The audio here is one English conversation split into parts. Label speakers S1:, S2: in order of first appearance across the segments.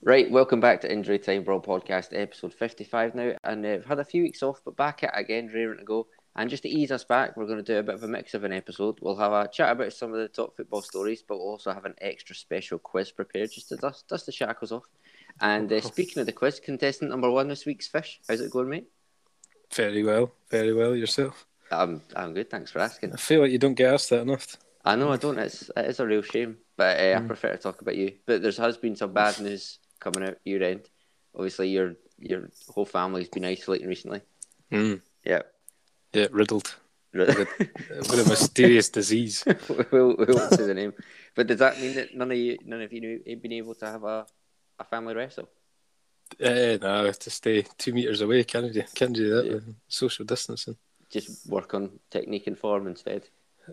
S1: Right, welcome back to Injury Time Brawl Podcast, episode 55 now. And uh, we've had a few weeks off, but back at it again, raring to go. And just to ease us back, we're going to do a bit of a mix of an episode. We'll have a chat about some of the top football stories, but we'll also have an extra special quiz prepared just to dust, dust the shackles off. And uh, speaking of the quiz, contestant number one this week's Fish. How's it going, mate?
S2: Very well, very well yourself.
S1: I'm, I'm good, thanks for asking.
S2: I feel like you don't get asked that enough.
S1: I know I don't, it's, it is a real shame, but uh, I prefer to talk about you. But there has been some bad news coming out year end. Obviously, your your whole family's been isolating recently.
S2: Mm.
S1: Yeah.
S2: Yeah, riddled
S1: we'll,
S2: Uh, with a mysterious disease.
S1: we'll we'll say the name. But does that mean that none of you none of you knew, have been able to have a, a family wrestle?
S2: Eh, no, I have to stay two meters away. Can't you? Can't do that. with Social distancing.
S1: Just work on technique and form instead.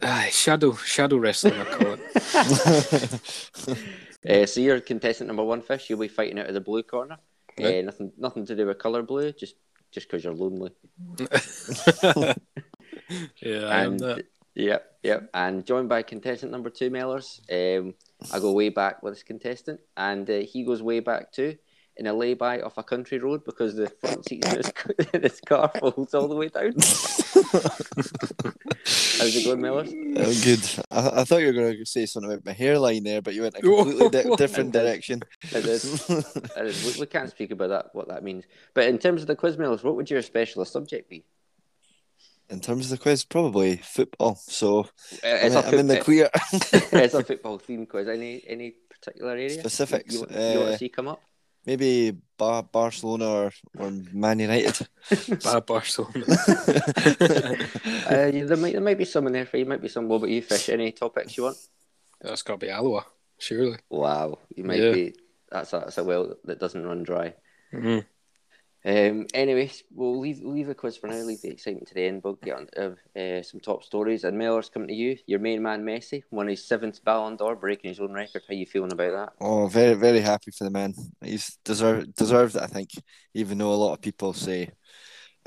S2: Aye, shadow shadow wrestling. I call it.
S3: Oh,
S1: Uh, so you're contestant number one, Fish. You'll be fighting out of the blue corner. Uh,
S2: Right.
S1: nothing nothing to do with colour blue, just just because you're lonely.
S2: Yeah, I am
S1: And-
S2: that.
S1: Yep, yep. And joined by contestant number two, Mellors. Um, I go way back with this contestant, and uh, he goes way back too in a lay-by off a country road because the front seat in his, in his car folds all the way down. How's it going, Mellors?
S3: Oh, good. I, I thought you were going to say something about my hairline there, but you went a
S2: Whoa.
S3: completely di- different direction.
S1: It is. It is. We, we can't speak about that, what that means. But in terms of the quiz, Mellors, what would your specialist subject be?
S3: In terms of the quiz, probably football. So
S1: Uh,
S3: I'm,
S1: It's
S3: in- I'm in the
S1: foot-
S3: clear.
S1: it's a football theme quiz. Any any particular area? you-
S3: Specifics,
S1: You, you want
S3: uh,
S1: to see come up?
S3: Maybe Bar- Barcelona or, or Man United.
S2: Bad Barcelona.
S1: Uh, you- there, might, there might be some in there for you. Might be some. What about you, Fish? Any topics you want?
S2: That's got to be Aloha, surely.
S1: Wow, you might
S2: Yeah.
S1: be. That's a, that's a well that doesn't run dry.
S2: Mm.
S1: Um, anyways, we'll leave leave the quiz for now. Leave the excitement to the end. We'll get on to, uh, some top stories. And Mellor's coming to you. Your main man Messi won his seventh Ballon d'Or, breaking his own record. How you feeling about that?
S3: oh, very, very happy for the man. He's deserved, deserved it, I think, even though a lot of people say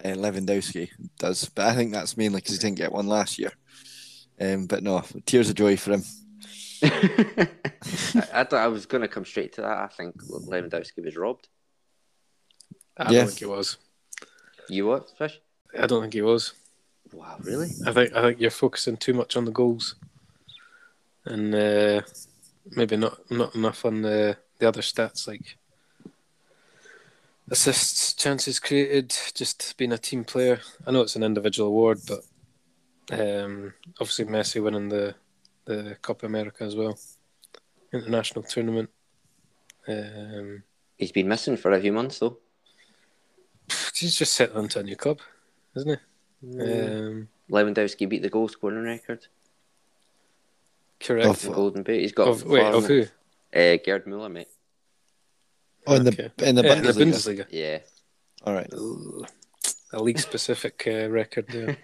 S3: uh, Lewandowski does. But I think that's mainly because he didn't get one last year. Um, but no, tears of joy for him.
S1: I, I, thought I was going to come straight to that. I think Lewandowski was robbed.
S2: I
S3: Yeah.
S2: don't think he was.
S1: You what, Fish?
S2: I don't think he was.
S1: Wow, really?
S2: I think I think you're focusing too much on the goals, and uh, maybe not not enough on the the other stats like assists, chances created, just being a team player. I know it's an individual award, but um, obviously Messi winning the the Copa America as well, international tournament. Um,
S1: He's been missing for a few months though.
S2: he's just settling to a new club, isn't he? Um,
S1: Lewandowski beat the goal scoring record,
S2: correct.
S3: Of-
S1: the Golden Boot. He's got
S2: Of- wait,
S1: far
S2: of
S1: more-
S2: who?
S1: Uh, Gerd Müller, mate.
S3: Oh, in the,
S2: Okay.
S3: in the
S2: Yeah, in
S3: Bundesliga.
S2: the Bundesliga.
S1: Yeah,
S3: All right.
S2: a league specific uh, record there.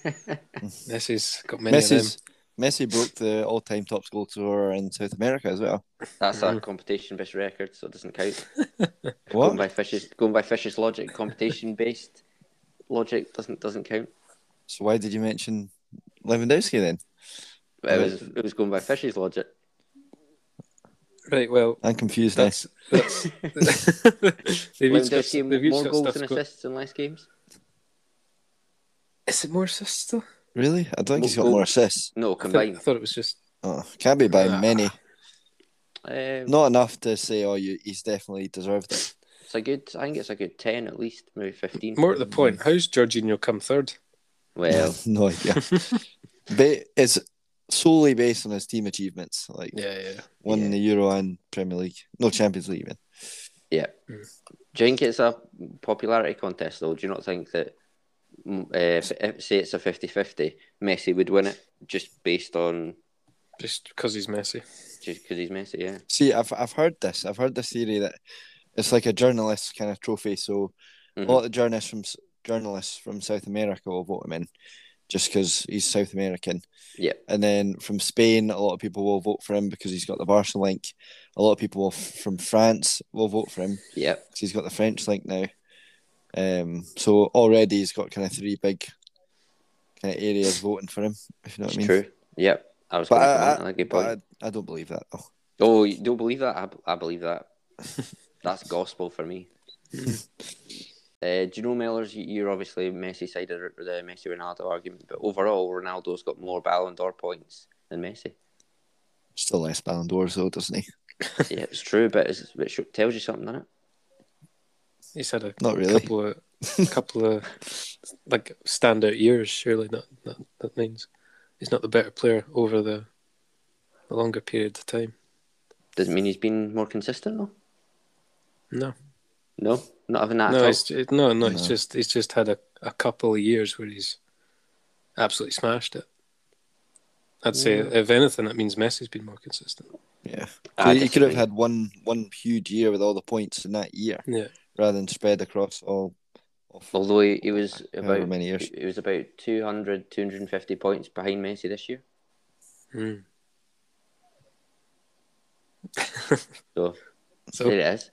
S2: Messi's got many
S3: Messi's, Messi broke the all-time top goal scorer in South America as well.
S1: that's
S2: Mm-hmm.
S1: a competition-based record, so it doesn't count. Going
S3: What?
S1: by Fish's going by Fish's logic, competition-based logic doesn't doesn't count.
S3: So why did you mention Lewandowski then?
S1: But it was it was going by Fish's logic.
S2: of them. Right, well,
S3: I'm confused now.
S2: that's. that's they've each got,
S1: Lewandowski
S2: they've each
S1: more
S2: got
S1: goals
S2: stuff
S1: and
S2: got-
S1: assists in last games.
S2: Is it more assists though?
S3: Really? I don't think he's got
S1: Well,
S3: more assists.
S1: No,
S2: I thought, I
S1: combined.
S2: thought it was just.
S3: Oh, can't be by
S2: Ah.
S3: many.
S1: Um,
S3: Not enough to say, oh, you, he's definitely deserved it.
S1: it's a good. I think it's a good ten at least, maybe fifteen.
S2: More at the
S1: Mm.
S2: point, how's Jorginho come third?
S1: Well,
S3: no idea. ba- it's solely based on his team achievements, like
S2: Yeah, yeah.
S3: winning
S1: Yeah.
S3: the Euro and Premier League, no Champions League. Even.
S1: Do you think it's a popularity contest, though? Do you not think that, mm, uh, if- if- say it's a 50 50, Messi would win it just based on
S2: Just because he's Messi.
S1: just because he's Messi? Yeah.
S3: See, I've I've heard this. I've heard this theory that it's like a journalist kind of trophy. So
S1: Mhm.
S3: a lot of journalists from journalists from South America will vote him in, just because he's South American.
S1: Yeah.
S3: And then from Spain, a lot of people will vote for him because he's got the Barca link. A lot of people will, from France will vote for him
S1: Yeah.
S3: because he's got the French link now. Um, so already he's got kind of three big kind of areas voting for him. If you know what
S1: It's
S3: I mean.
S1: true. Yeah. I was
S3: But
S1: going to
S3: I-
S1: come on. to that, Good point.
S3: But I, I don't believe that. Though.
S1: oh, you don't believe that? I, I believe that. That's gospel for me. Uh, do you know, Mellors, you- you're obviously Messi side of the Messi Ronaldo argument, but overall, Ronaldo's got more Ballon d'Or points than Messi.
S3: Still less Ballon d'Ors though, doesn't he?
S1: yeah, it's true, but it's, it sure tells you something, doesn't it?
S2: He's had a
S3: Not really.
S2: couple of couple of like standout years. Surely not, not that means he's not the better player over the, the longer period of time.
S1: Does it mean he's been more consistent, though?
S2: No,
S1: No, not having that
S2: no,
S1: at all.
S2: it's, it, no, no, It's
S3: No.
S2: just he's just had a, a couple of years where he's absolutely smashed it. I'd say
S1: Yeah.
S2: if anything, that means Messi's been more consistent.
S3: Yeah.
S1: I
S3: he could have
S1: disagree.
S3: had one one huge year with all the points in that year
S2: Yeah,
S3: rather than spread across all of
S1: Although he, he was
S3: however
S1: about
S3: many years.
S1: it was about 200, 250 points behind Messi this year.
S2: Mm.
S1: So,
S2: So-
S1: there it is.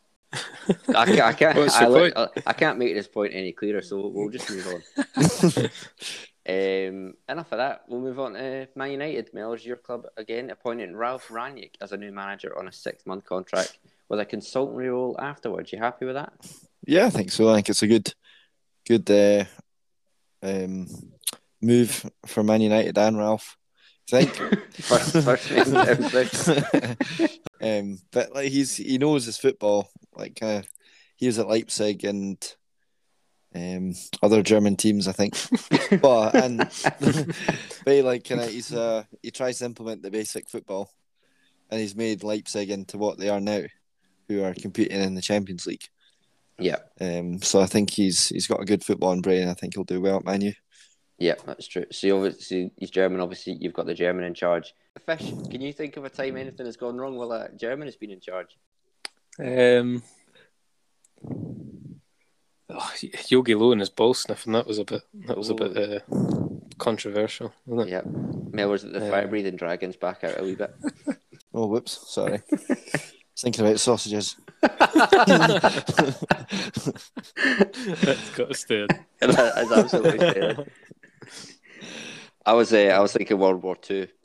S1: I can't, I can't,
S2: What's
S1: I,
S2: your
S1: li- I, I can't make this point any clearer, so we'll just move on. Um, enough of that. We'll move on to Man United. Mellors, your club again appointing Ralph Ranick as a new manager on a six-month contract with a consultancy role afterwards. You happy with that?
S3: Yeah, I think so. I think it's a good, good uh, um, move for Man United and Ralph. I think.
S1: First, first name down.
S3: um, but like he's he knows his football. Like uh, he was at Leipzig and um, other German teams, I think. but and but he, like kinda, he's uh, he tries to implement the basic football, and he's made Leipzig into what they are now, who are competing in the Champions League.
S1: Yeah,
S3: Um, so I think he's he's got a good footballing brain. I think he'll do well at Manu.
S1: yeah, that's true. So obviously he's German. Obviously you've got the German in charge. Fish, can you think of a time anything has gone wrong while a German has been in charge?
S2: Um, oh, Yogi Low and his ball sniffing that was a bit that was a bit uh, controversial, wasn't it?
S1: Yeah, Mellors at the
S2: Yeah.
S1: fire breathing dragons back out a wee bit.
S3: Oh, whoops, sorry. Thinking about sausages.
S2: That's got to stay.
S1: that is absolutely fair. I was uh, I was thinking World War Two.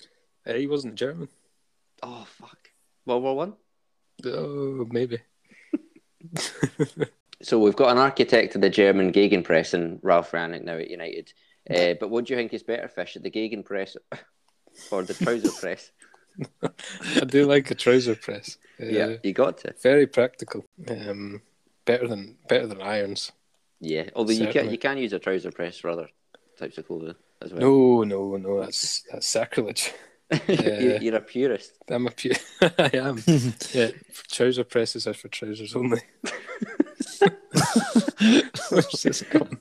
S2: Uh, he wasn't German.
S1: Oh fuck, World War One.
S2: Oh, maybe.
S1: So we've got an architect of the German Gegenpress and Ralph Rannick now at United. Uh, but what do you think is better, Fish, the Gegenpress or the trouser press?
S2: I do like a trouser press. Uh,
S1: Yeah, you got to.
S2: very practical. Um, better than better than irons.
S1: Yeah, although you can
S2: Certainly.
S1: you can use a trouser press for other types of clothing as well.
S2: No, no, no. That's that's sacrilege.
S1: You- you're a purist.
S2: I'm a pu- I am. Yeah, trouser presses are for trousers only. Which is gone.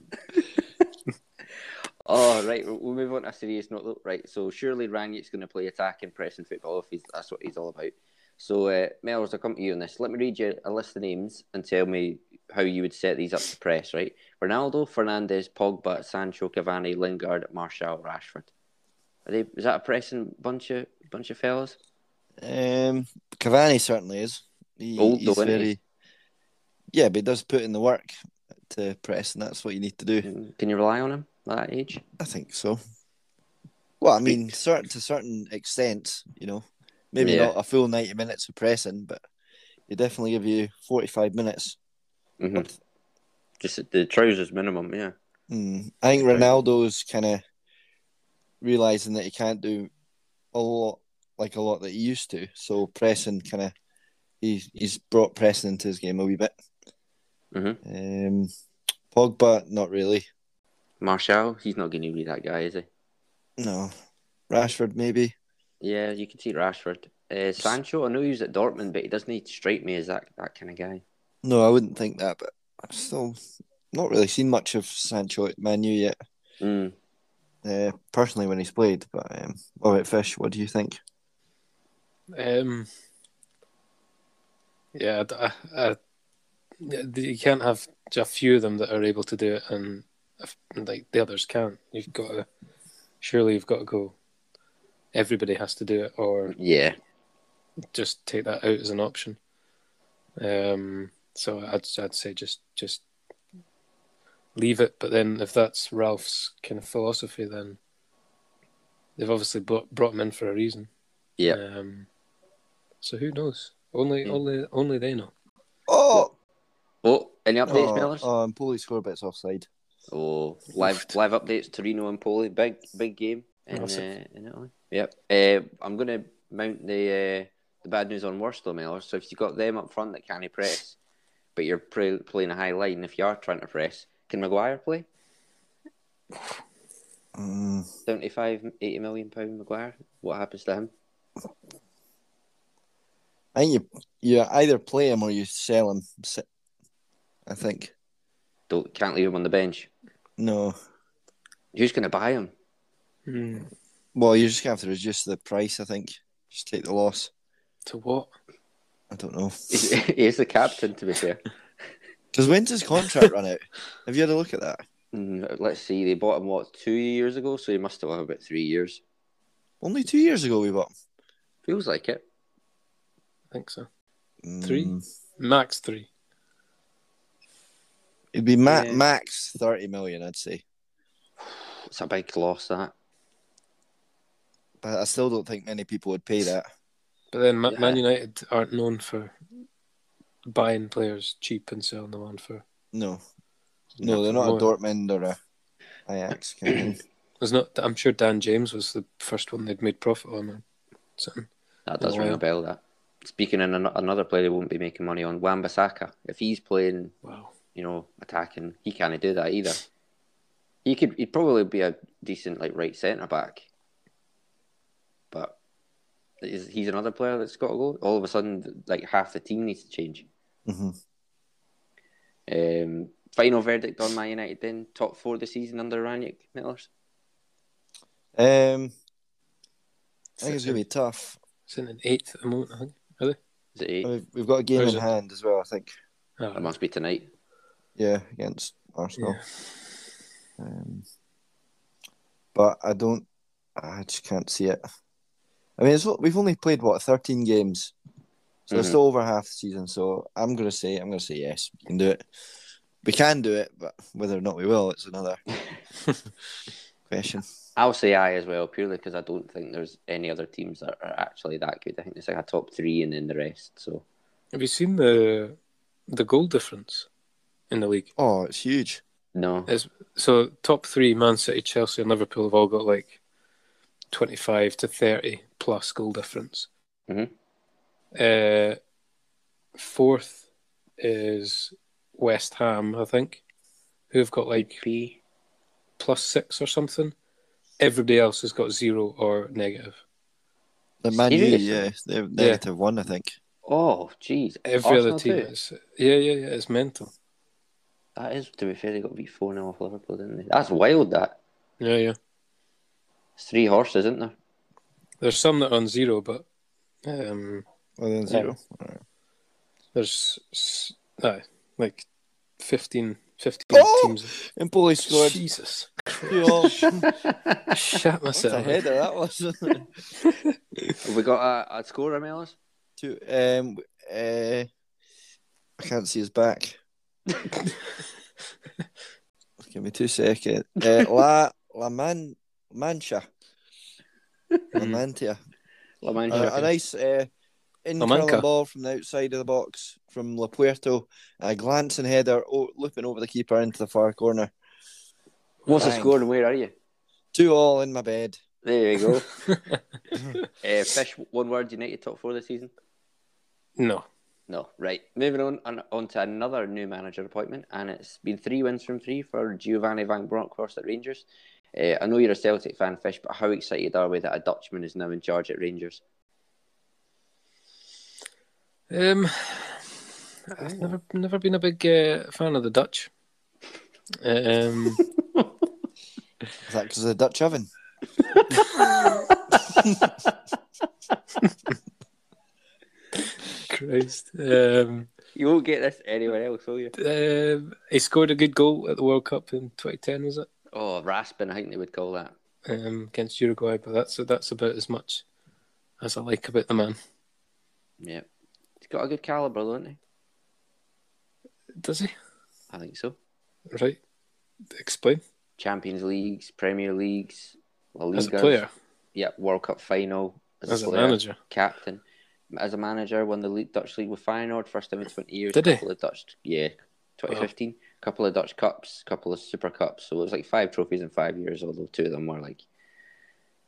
S1: Oh right, we'll we'll move on to a serious note. though. Right, so surely Rangnick's going to play attack and pressing football if he's, that's what he's all about. So uh, Melrose, I'll come to you on this. Let me read you a list of names and tell me how you would set these up to press. Right, Ronaldo, Fernandez, Pogba, Sancho, Cavani, Lingard, Martial, Rashford. Are they? Is that a pressing bunch of bunch of fellas?
S3: Um, Cavani certainly is. He,
S1: Old
S3: he's
S1: though, isn't he?
S3: very- Yeah, but he does put in the work to press, and that's what you need to do.
S1: Mm, Can you rely on him at that age?
S3: I think so. Well, I mean, certain to certain extent, you know, maybe
S1: Yeah.
S3: not a full ninety minutes of pressing, but he definitely give you forty-five minutes.
S1: hmm Just the trousers minimum. Yeah.
S3: Mm. I think Ronaldo's kind of realizing that he can't do a lot like a lot that he used to. So pressing kind of he's he's brought pressing into his game a wee bit.
S1: Mhm.
S3: Um, Pogba, not really.
S1: Martial, he's not going to be that guy, is he?
S3: No, Rashford maybe.
S1: Yeah, you can see Rashford. Uh, Sancho, I know he was at Dortmund, but he doesn't need to strike me as that, that kind of guy.
S3: No, I wouldn't think that, but I've still not really seen much of Sancho at Manu yet.
S1: Mm.
S3: Uh, personally, when he's played, but um, all right, Fish, what do you think?
S2: Um, yeah, I, I, yeah, you can't have a few of them that are able to do it, and if- like the others can't. You've got to surely you've got to go. Everybody has to do it, or
S1: Yeah.
S2: just take that out as an option. Um, so I'd I'd say just just leave it. But then if that's Ralph's kind of philosophy, then they've obviously brought brought him in for a reason.
S1: Yeah.
S2: Um, so who knows? Only
S1: Yeah.
S2: only only they know.
S3: Oh,
S1: Oh, any updates,
S3: oh,
S1: Millers? Oh,
S3: oh, and Poli score bits offside.
S1: live live updates. Torino and Poli, big big game in, uh,
S2: Massive.
S1: in Italy. Yep. Uh, I'm gonna mount the uh, the bad news on Worcester, Millers. So if you've got them up front that can't press, but you're pre- playing a high line, if you are trying to press, can Maguire play?
S3: Mm,
S1: 75, 80 million pound Maguire. What happens to him?
S3: I think you you either play him or you sell him. Se- I think
S1: Don't can't leave him on the bench.
S3: no.
S1: Who's gonna buy him?
S2: Hmm.
S3: Well, you just have to reduce the price. I think just take the loss.
S2: To what?
S3: I don't know.
S1: He's- he is the captain, to be fair.
S3: Because when's his contract run out? Have you had a look at that?
S1: Mm, Let's see, they bought him what two years ago, so he must have had about three years.
S3: Only two years ago we bought
S1: Feels like it.
S2: I think so.
S3: him.
S2: Three?
S3: Mm,
S2: Max three.
S3: it'd be ma-
S1: Yeah.
S3: max thirty million, I'd say.
S1: It's a big loss that.
S3: But I still don't think many people would pay that.
S2: But then Ma-
S1: Yeah.
S2: Man United aren't known for buying players cheap and selling them on for.
S3: No, no, they're not a Dortmund or a Ajax. kind of thing.
S2: There's not. I'm sure Dan James was the first one they'd made profit on. Or something.
S1: That does ring
S2: Yeah.
S1: a bell. That. Speaking in an- another player they won't be making money on, Wambasaka. If he's playing,
S2: Wow.
S1: you know, attacking, he can't do that either. He could. He'd probably be a decent like right centre back. But is, he's another player that's got to go. All of a sudden, like half the team needs to change.
S3: Mhm.
S1: Um, final verdict on Man United then top four this season under Ranić Millers.
S3: Um, I think it's gonna be tough.
S2: It's in an eighth at the moment. I think. Are they?
S1: Is it eight?
S2: Uh,
S3: We've, we've got a game
S2: Where's
S3: in
S2: it?
S3: hand as well, I think.
S2: Oh,
S1: It must be tonight.
S3: Yeah, against Arsenal.
S2: yeah.
S3: Um, but I don't. I just can't see it. I mean, it's, we've only played what thirteen games, so it's
S1: Mhm.
S3: still over half the season. So I'm gonna say, I'm gonna say yes, we can do it. We can do it, but whether or not we will, it's another question.
S1: I'll say I as well, purely because I don't think there's any other teams that are actually that good. I think it's like a top three and then the rest. So
S2: Have you seen the the goal difference in the league?
S3: Oh, it's huge.
S1: no,
S2: Uh, So top three, Man City, Chelsea, and Liverpool have all got like twenty five to thirty plus goal difference.
S3: Mm-hmm.
S1: Mhm.
S2: Uh, fourth is West Ham, I think, who've got like
S1: P.
S2: plus six or something. Everybody else has got zero or negative.
S3: The Man U,
S1: Seriously?
S3: yeah, they're negative one, I think.
S1: Oh, jeez,
S2: Every
S1: Arsenal
S2: other team
S1: too?
S2: is yeah, yeah, yeah. It's mental.
S1: That is to be fair, they got beat four 0 off Liverpool, didn't they? That's wild. That
S2: Yeah, yeah.
S1: it's three horses, isn't there?
S2: There's some that are on zero, but um,
S3: Well, then
S2: zero.
S3: zero.
S2: There's s- aye, like 15, 15
S3: Oh!
S2: teams.
S3: And Poli scored.
S2: Jesus.
S3: Two all.
S2: Shat
S3: What a
S2: myself.
S3: header that was.
S1: Have we got a, a scorer, Mellors?
S3: Two. Um. Uh. I can't see his back. Give me two seconds. Uh, La La Man Mancha. La
S2: Mm.
S3: Mantia.
S1: Mm-hmm. La
S3: A,
S1: Mancha.
S3: a nice uh, in
S2: Manca.
S3: curling ball from the outside of the box from La Puerto. A glancing header, oh, looping over the keeper into the far corner.
S1: What's the
S3: Bang.
S1: score and where are you?
S3: Two all in my bed.
S1: There you go. uh, Fish, one word United top four this season.
S2: No.
S1: No, right. Moving on, on on to another new manager appointment, and it's been three wins from three for Giovanni van Bronckhorst at Rangers. Uh, I know you're a Celtic fan, Fish, but how excited are we that a Dutchman is now in charge at Rangers?
S2: Um, I've never, never been a big uh, fan of the Dutch. Um,
S3: Is that because of the Dutch oven?
S2: Christ. Um,
S1: You won't get this anywhere else, will you?
S2: um, he scored a good goal at the World Cup in 2010, was it?
S1: Oh, Raspin, I think they would call that.
S2: Um, against Uruguay, but that's that's about as much as I like about the man.
S1: Yeah, he's got a good caliber, don't he?
S2: Does he?
S1: I think so.
S2: Right. Explain.
S1: Champions Leagues, Premier Leagues, La Liga.
S2: As a player,
S1: Yeah, World Cup final.
S2: as a
S1: player,
S2: manager.
S1: captain. As a manager, won the Le- Dutch league with Feyenoord, first time in twenty years.
S2: Did he?
S1: Couple of Dutch, yeah, 2015, a couple of Dutch Cups, couple of Super Cups. So it was like five trophies in five years, although two of them were like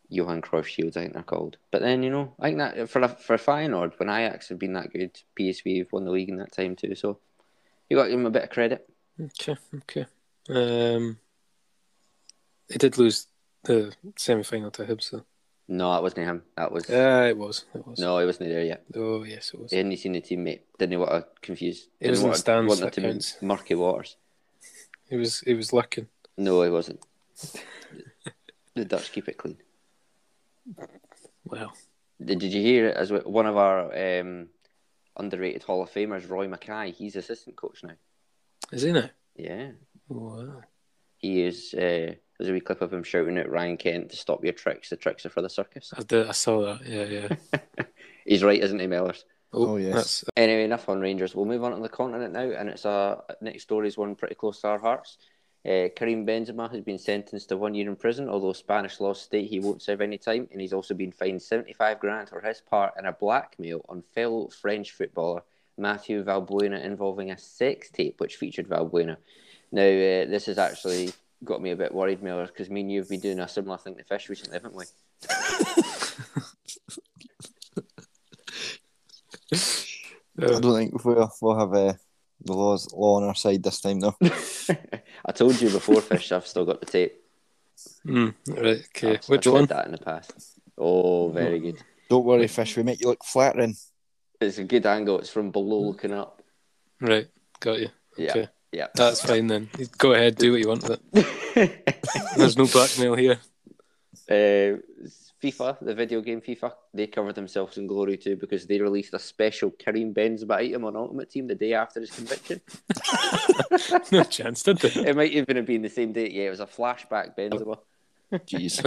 S1: Johan Cruyff Shields, I think they're called. But then, you know, I think that for, for Feyenoord, when Ajax had been that good, PSV have won the league in that time too. So you got to give them a bit of credit.
S2: Okay, okay. Um, they did lose the semi final to Hibs, though.
S1: No, that wasn't him. That was.
S2: Yeah, it was. It was.
S1: No, he wasn't there yet.
S2: Oh, yes, it was.
S1: He hadn't seen the teammate. Didn't want to confuse.
S2: He
S1: didn't
S2: was in the
S1: want to-
S2: stands,
S1: wanted
S2: that
S1: to be in
S2: counts.
S1: murky waters.
S2: It was. It was lurking.
S1: No, he wasn't. the Dutch keep it clean.
S2: Well,
S1: Did did you hear it? As w- one of our um, underrated Hall of Famers, Roy Mackay, he's assistant coach now.
S2: is he now?
S1: Yeah,
S2: Wow.
S1: he is. Uh, there's a wee clip of him shouting at Ryan Kent to stop your tricks. The tricks are for the circus.
S2: I did. I saw that. Yeah, yeah.
S1: He's right, isn't he, Mellors?
S3: Oh, yes.
S2: That's,
S1: Anyway, enough on Rangers. We'll move on to the continent now, and it's a next story is one pretty close to our hearts. Uh, Karim Benzema has been sentenced to one year in prison, although Spanish law state he won't serve any time, and he's also been fined 75 grand for his part in a blackmail on fellow French footballer Matthew Valbuena involving a sex tape which featured Valbuena. Now, uh, this has actually got me a bit worried, Miller, because me and you have been doing a similar thing to Fish recently, haven't we?
S3: I don't think we'll, we'll have uh, the laws law on our side this time, though.
S1: I told you before, Fish, I've still got the tape.
S2: Mm, right. Okay.
S1: I've- I've
S2: Which
S1: said
S2: one?
S1: that in the past. Oh, very good.
S3: Don't worry, fish. We make you look flattering.
S1: It's a good angle. It's from below looking up.
S2: Right. Got you.
S1: Yeah,
S2: Okay.
S1: yeah.
S2: That's fine then. You Go ahead. Do what you want with it. There's no blackmail here.
S1: uh, FIFA, the video game FIFA, they covered themselves in glory too because they released a special Karim Benzema item on Ultimate Team the day after his conviction.
S2: No chance, did they?
S1: it might even have been the same day. Yeah, it was a flashback Benzema.
S3: Jeez.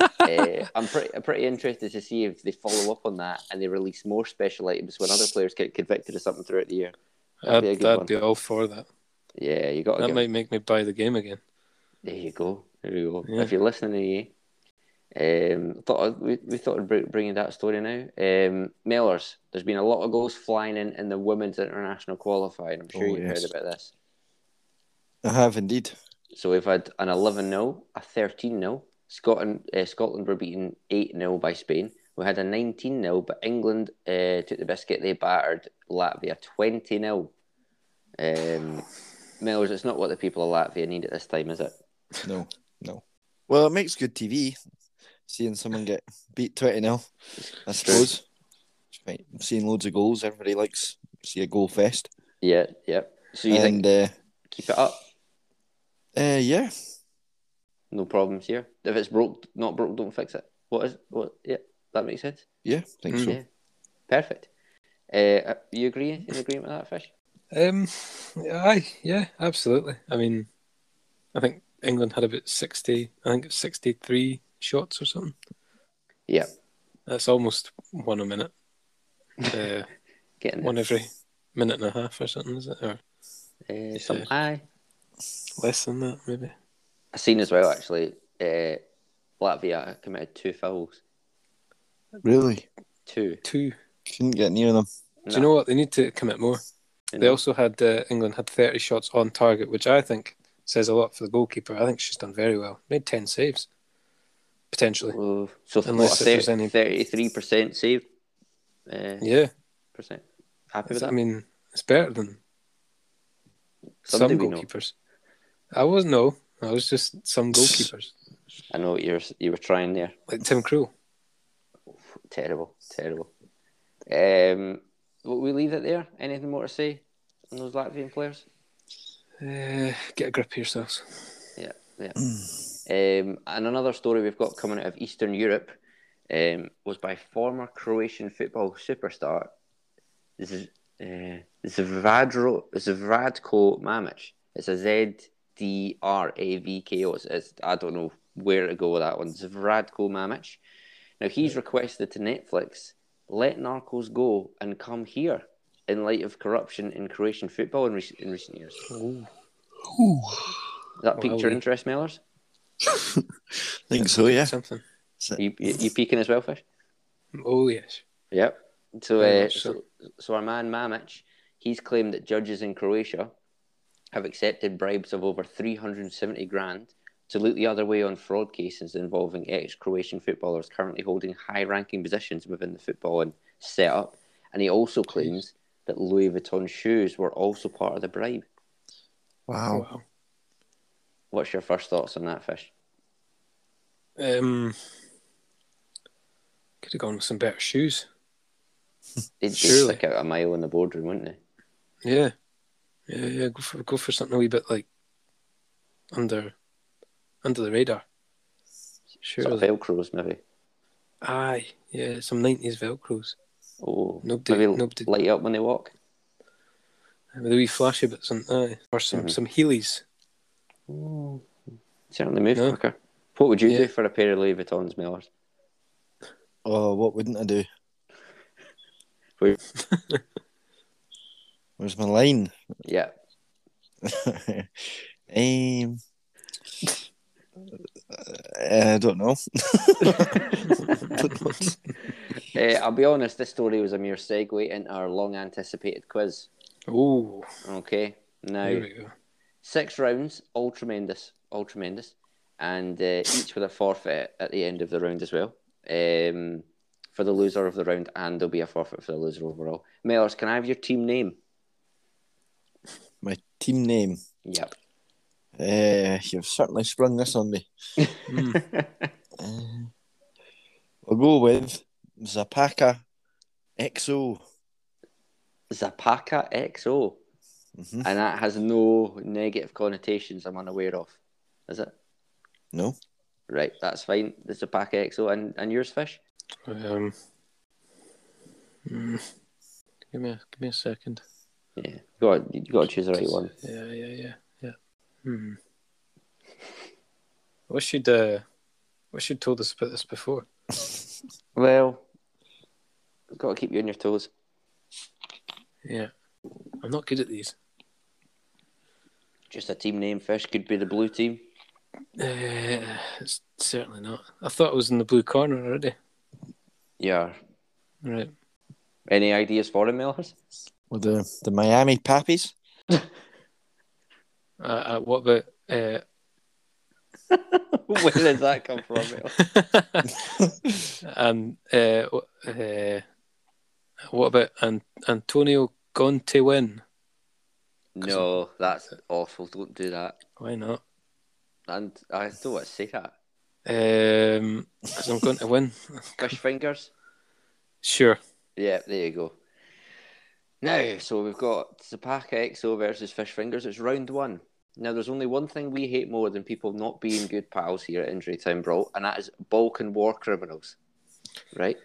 S1: uh, I'm pretty, I'm pretty interested to see if they follow up on that and they release more special items when other players get convicted of something throughout the year. That'd
S2: I'd,
S1: be a
S2: that'd
S1: good one.
S2: be all for that.
S1: Yeah, you got to
S2: That
S1: give
S2: might make me buy the game again.
S1: There you go. There you go.
S2: Yeah.
S1: If you're listening, eh, um, thought we, we thought of br- bringing that story now. Um, Mellors, there's been a lot of goals flying in in the women's international qualifying. I'm sure
S3: Oh,
S1: you've
S3: yes.
S1: heard about this.
S3: I have indeed.
S1: So we've had an 11 0, a 13 0. Scotland, uh, Scotland were beaten 8 0 by Spain. We had a 19 0, but England uh, took the biscuit. They battered Latvia 20 0. Um, Mellors, it's not what the people of Latvia need at this time, is it?
S3: No, no. Well, it makes good TV. Seeing someone get beat 20 0, I suppose. Right. Seeing loads of goals. Everybody likes to see a goal fest.
S1: Yeah, yeah. So you
S3: and
S1: think keep it up?
S3: uh, uh, yeah,
S1: no problems here. If it's broke, not broke, don't fix it. What is what? Yeah, that makes sense.
S3: yeah, I think so.
S1: Yeah, perfect. Uh, you agree? In agreement with that, fish?
S2: Um, aye, yeah, absolutely. I mean, I think England had about sixty. I think it's sixty-three shots or something.
S1: Yeah,
S2: That's almost one a minute. Uh,
S1: getting
S2: one every minute and a half or something, is it? Or
S1: it. Uh, some, aye.
S2: less than that, maybe.
S1: I seen as well actually. Uh, Latvia committed two fouls.
S3: Hmm. Really?
S1: Two.
S2: Two.
S3: Couldn't get near them.
S2: Do you know what? They need to commit more.
S1: You
S2: They
S1: know,
S2: also had uh, England had thirty shots on target, which I think says a lot for the goalkeeper. I think she's done very well. Made ten saves, potentially.
S1: oh, so
S2: Unless if there's any-
S1: thirty-three percent saved. Uh,
S2: Yeah,
S1: percent. Happy with
S2: I
S1: that?
S2: mean, it's better than
S1: Somebody
S2: some
S1: we know.
S2: goalkeepers. I was no, I was just some goalkeepers
S1: I know what you're you were trying there.
S2: like Tim Krul.
S1: Terrible, terrible. Um, will we leave it there? Anything more to say on those Latvian players?
S2: Uh, get a grip of yourselves.
S1: Yeah, yeah. um, and another story we've got coming out of Eastern Europe um, was by former Croatian football superstar Z- uh, Zvadro, Zvradko Mamic. It's a Z D R A V K O. It's, it's, I don't know where to go with that one. Zvradko Mamic. Now he's requested to Netflix let narcos go and come here in light of corruption in Croatian football in, rec- in recent years. Does that piqued your
S2: Wowee.
S1: interest, Mellors?
S3: I think so, yeah.
S2: Something.
S1: You, you, you peeking as well, Fish?
S2: Oh yes.
S1: Yep. So,
S2: Very
S1: uh,
S2: much so.
S1: so, so our man Mamic, he's claimed that judges in Croatia have accepted bribes of over 370 grand to look the other way on fraud cases involving ex Croatian footballers currently holding high ranking positions within the footballing setup. And he also claims that Louis Vuitton shoes were also part of the bribe.
S3: Wow.
S2: Wow.
S1: What's your first thoughts on that, Fish?
S2: Um, could have gone with some better shoes.
S1: They'd, they'd
S2: Surely.
S1: stick out a mile in the boardroom, wouldn't they?
S2: Yeah, yeah, yeah. Go for go for something a wee bit like under under the radar.
S1: Sort of
S2: Surely.
S1: Velcros, maybe.
S2: Aye, yeah. Some nineties velcros.
S1: Oh,
S2: Nobody-
S1: maybe
S2: nobody-
S1: light up when they walk.
S2: With the wee flashy bits on. Aye, or some
S1: Mhm.
S2: some heelys.
S1: Certainly move
S2: No.
S1: quicker. What would you
S2: Yeah.
S1: do for a pair of Louis Vuittons, Millers?
S3: Oh, what wouldn't I do?
S1: Wait.
S3: Where's my line?
S1: Yeah,
S3: um, I don't know.
S1: Eh, I'll be honest, this story was a mere segue into our long anticipated quiz.
S2: Oh,
S1: Okay, now
S2: there we go.
S1: six rounds, all tremendous, all tremendous, and uh, each with a forfeit at the end of the round as well. Um, for the loser of the round, and there'll be a forfeit for the loser overall. Mellors, can I have your team name?
S3: My team name.
S1: Yep.
S3: Uh, you've certainly sprung this on me.
S2: Mm.
S3: Uh, I'll go with Zapaka XO.
S1: Zapaka XO,
S3: hmm
S1: and that has no negative connotations I'm unaware of. Is it?
S3: No.
S1: Right, that's fine. The Zapaka XO, and, and yours, Fish?
S2: Um, mm. give me a, give me a second.
S1: Yeah, you got you got to choose the right one.
S2: Yeah, yeah, yeah, yeah. Hmm. I wish you'd uh, wish you'd told us about this before.
S1: Well, got to keep you on your toes.
S2: Yeah, I'm not good at these.
S1: Just a team name. Fish could be the blue team.
S2: Uh, it's certainly not. I thought it was in the blue corner already.
S1: Yeah.
S2: Right.
S1: Any ideas for him, Mellors?
S3: Well, the, the Miami Pappies.
S2: Uh, uh, what about? Uh...
S1: Where does that come from? Mellors?
S2: and uh, wh- uh, what about An- Antonio Conte? Win?
S1: No, that's awful. Don't do that.
S2: Why not?
S1: And I don't want to say that.
S2: Um, 'cause I'm going to win.
S1: Fish fingers.
S2: Sure.
S1: Yeah, there you go. Now, so we've got Zapaka XO versus Fish Fingers. It's round one. Now, there's only one thing we hate more than people not being good pals here at Injury Time Brawl, and that is Balkan war criminals. Right?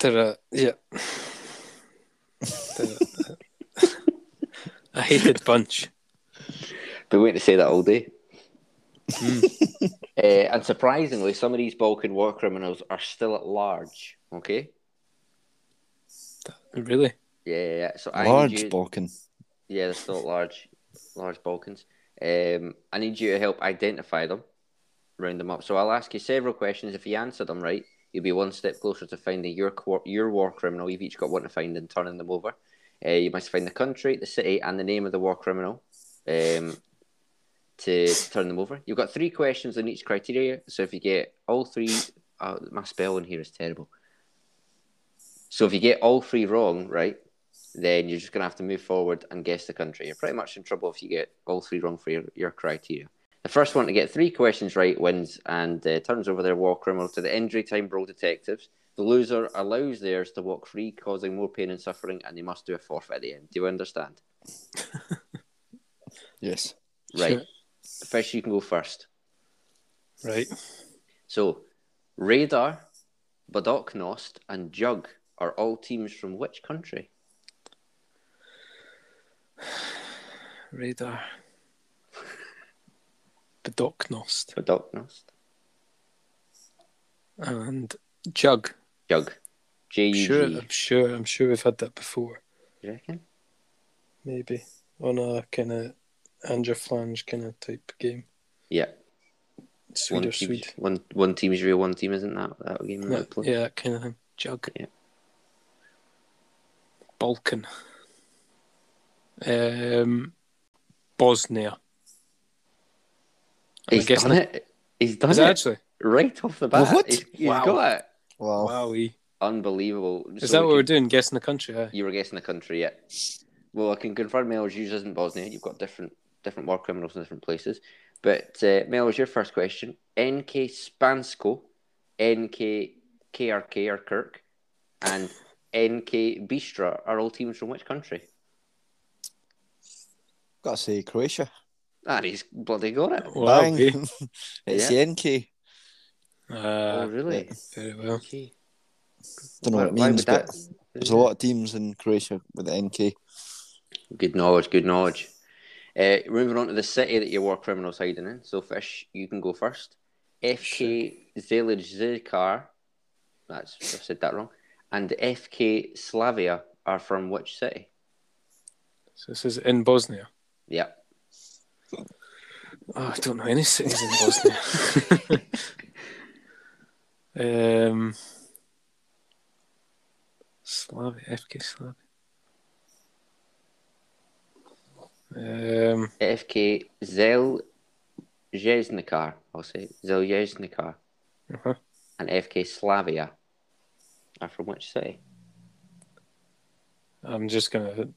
S2: They're, uh, yeah. They're, uh, a hated bunch.
S1: Been waiting to say that all day. uh, and surprisingly, some of these Balkan war criminals are still at large. Okay?
S2: Really?
S1: Yeah, yeah, yeah. So I need
S3: Large
S1: you-
S3: Balkan.
S1: Yeah, they're still large, large Balkans. Um, I need you to help identify them, round them up. So I'll ask you several questions. If you answer them right, you'll be one step closer to finding your cor- your war criminal. You've each got one to find and turning them over. Uh, you must find the country, the city, and the name of the war criminal um, to, to turn them over. You've got three questions on each criteria. So if you get all three, uh, my spell in here is terrible. So if you get all three wrong, right, then you're just going to have to move forward and guess the country. You're pretty much in trouble if you get all three wrong for your, your criteria. The first one to get three questions right wins and uh, turns over their war criminal to the injury time brawl detectives. The loser allows theirs to walk free, causing more pain and suffering, and they must do a forfeit at the end. Do you understand?
S3: Yes.
S1: Right. Fish, you can go first.
S2: Sure. Right.
S1: So, Radar, Badoknost, and Jug are all teams from which country?
S2: Radar. Bedoknost.
S1: Badoknost.
S2: And Jug.
S1: Jug. J U G.
S2: Sure, I'm sure. I'm sure we've had that before.
S1: You reckon?
S2: Maybe on a kind of Andrew Flange kind of type game.
S1: Yeah.
S2: Swede
S1: one
S2: or
S1: team,
S2: Swede.
S1: one one team's real, one team isn't that that game that we
S2: Yeah,
S1: play?
S2: yeah, that kind of thing. Jug.
S1: Yeah.
S2: Balkan. Um, Bosnia. I'm
S1: He's
S2: guessing
S1: done it. He's done
S2: Is
S1: it
S2: it actually?
S1: right off the bat.
S3: What?
S1: He's, he's
S2: Wow.
S1: got it.
S3: Wow.
S2: Wowee.
S1: Unbelievable.
S2: Is
S1: So
S2: that
S1: we
S2: what we're
S1: can-
S2: doing? Guessing the country? eh? Aye.
S1: You were guessing the country, yeah. Well, I can confirm Mel's yours isn't Bosnia. You've got different different war criminals in different places. But uh, Mel, is your first question. NK Spansko, NK KRK or Kirk, and NK Bistra are all teams from which country?
S3: Gotta say Croatia.
S1: And Ah, he's bloody got
S2: Uh,
S1: it.
S2: Wowee.
S3: Bang. it's the NK.
S1: oh,
S2: Uh,
S1: really?
S2: very well.
S1: Okay.
S3: Don't know what it
S1: Why- why
S3: means,
S1: would that-
S3: but there's a lot of teams in Croatia with the NK.
S1: Good knowledge, good knowledge. Uh, moving on to the city that your war criminals hiding in. So, Fish, you can go first. FK Zelij Zikar, that's I said that wrong, and FK Slavia are from which city?
S2: So this is in Bosnia.
S1: Yeah,
S2: Oh, I don't know any cities in Bosnia. um, Slavia, FK Slavia. Um,
S1: FK Zel Zeznikar, I'll say Zeljeznikar,
S2: uh-huh.
S1: and FK Slavia are from which city?
S2: I'm just gonna,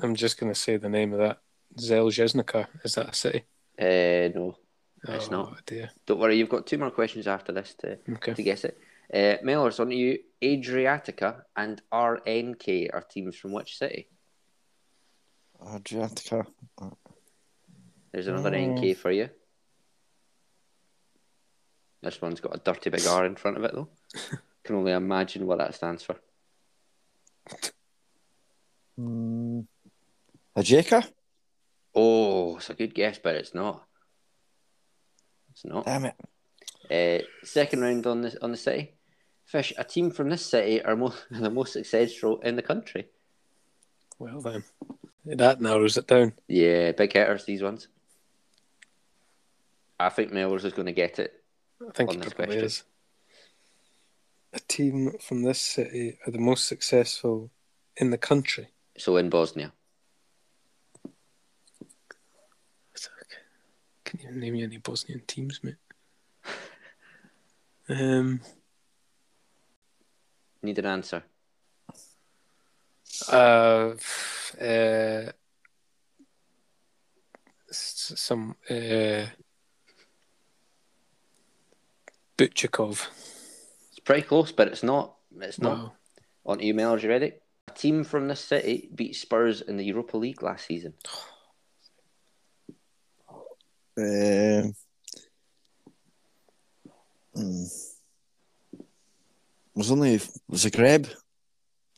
S2: I'm just gonna say the name of that. Zeljeznica. Is that a city?
S1: Uh, no, It's
S2: oh,
S1: not.
S2: Dear.
S1: don't worry, you've got two more questions after this to
S2: Okay.
S1: to guess it. Uh, Mel, it's on to you. Adriatica and RNK are teams from which city?
S3: Adriatica.
S1: There's another
S2: Mm.
S1: NK for you. This one's got a dirty big R in front of it, though. Can only imagine what that stands for.
S3: Mm. Ajeka?
S1: Oh, it's a good guess, but it's not. It's not.
S3: Damn it.
S1: Uh, second round on the on the city. Fish, a team from this city are most, the most successful in the country.
S2: Well then, that narrows it down.
S1: Yeah, big hitters these ones. I think Mellors is going to get it.
S2: I think
S1: on
S2: it
S1: this
S2: probably
S1: question.
S2: is. A team from this city are the most successful in the country.
S1: So in Bosnia.
S2: Can you name me any Bosnian teams, mate? Um,
S1: Need an answer.
S2: uh, f- uh, s- some uh, Butchikov.
S1: It's pretty close, but it's not. It's not.
S2: Wow.
S1: On email, are you ready? A team from this city beat Spurs in the Europa League last season.
S3: Um, hmm. was only Zagreb.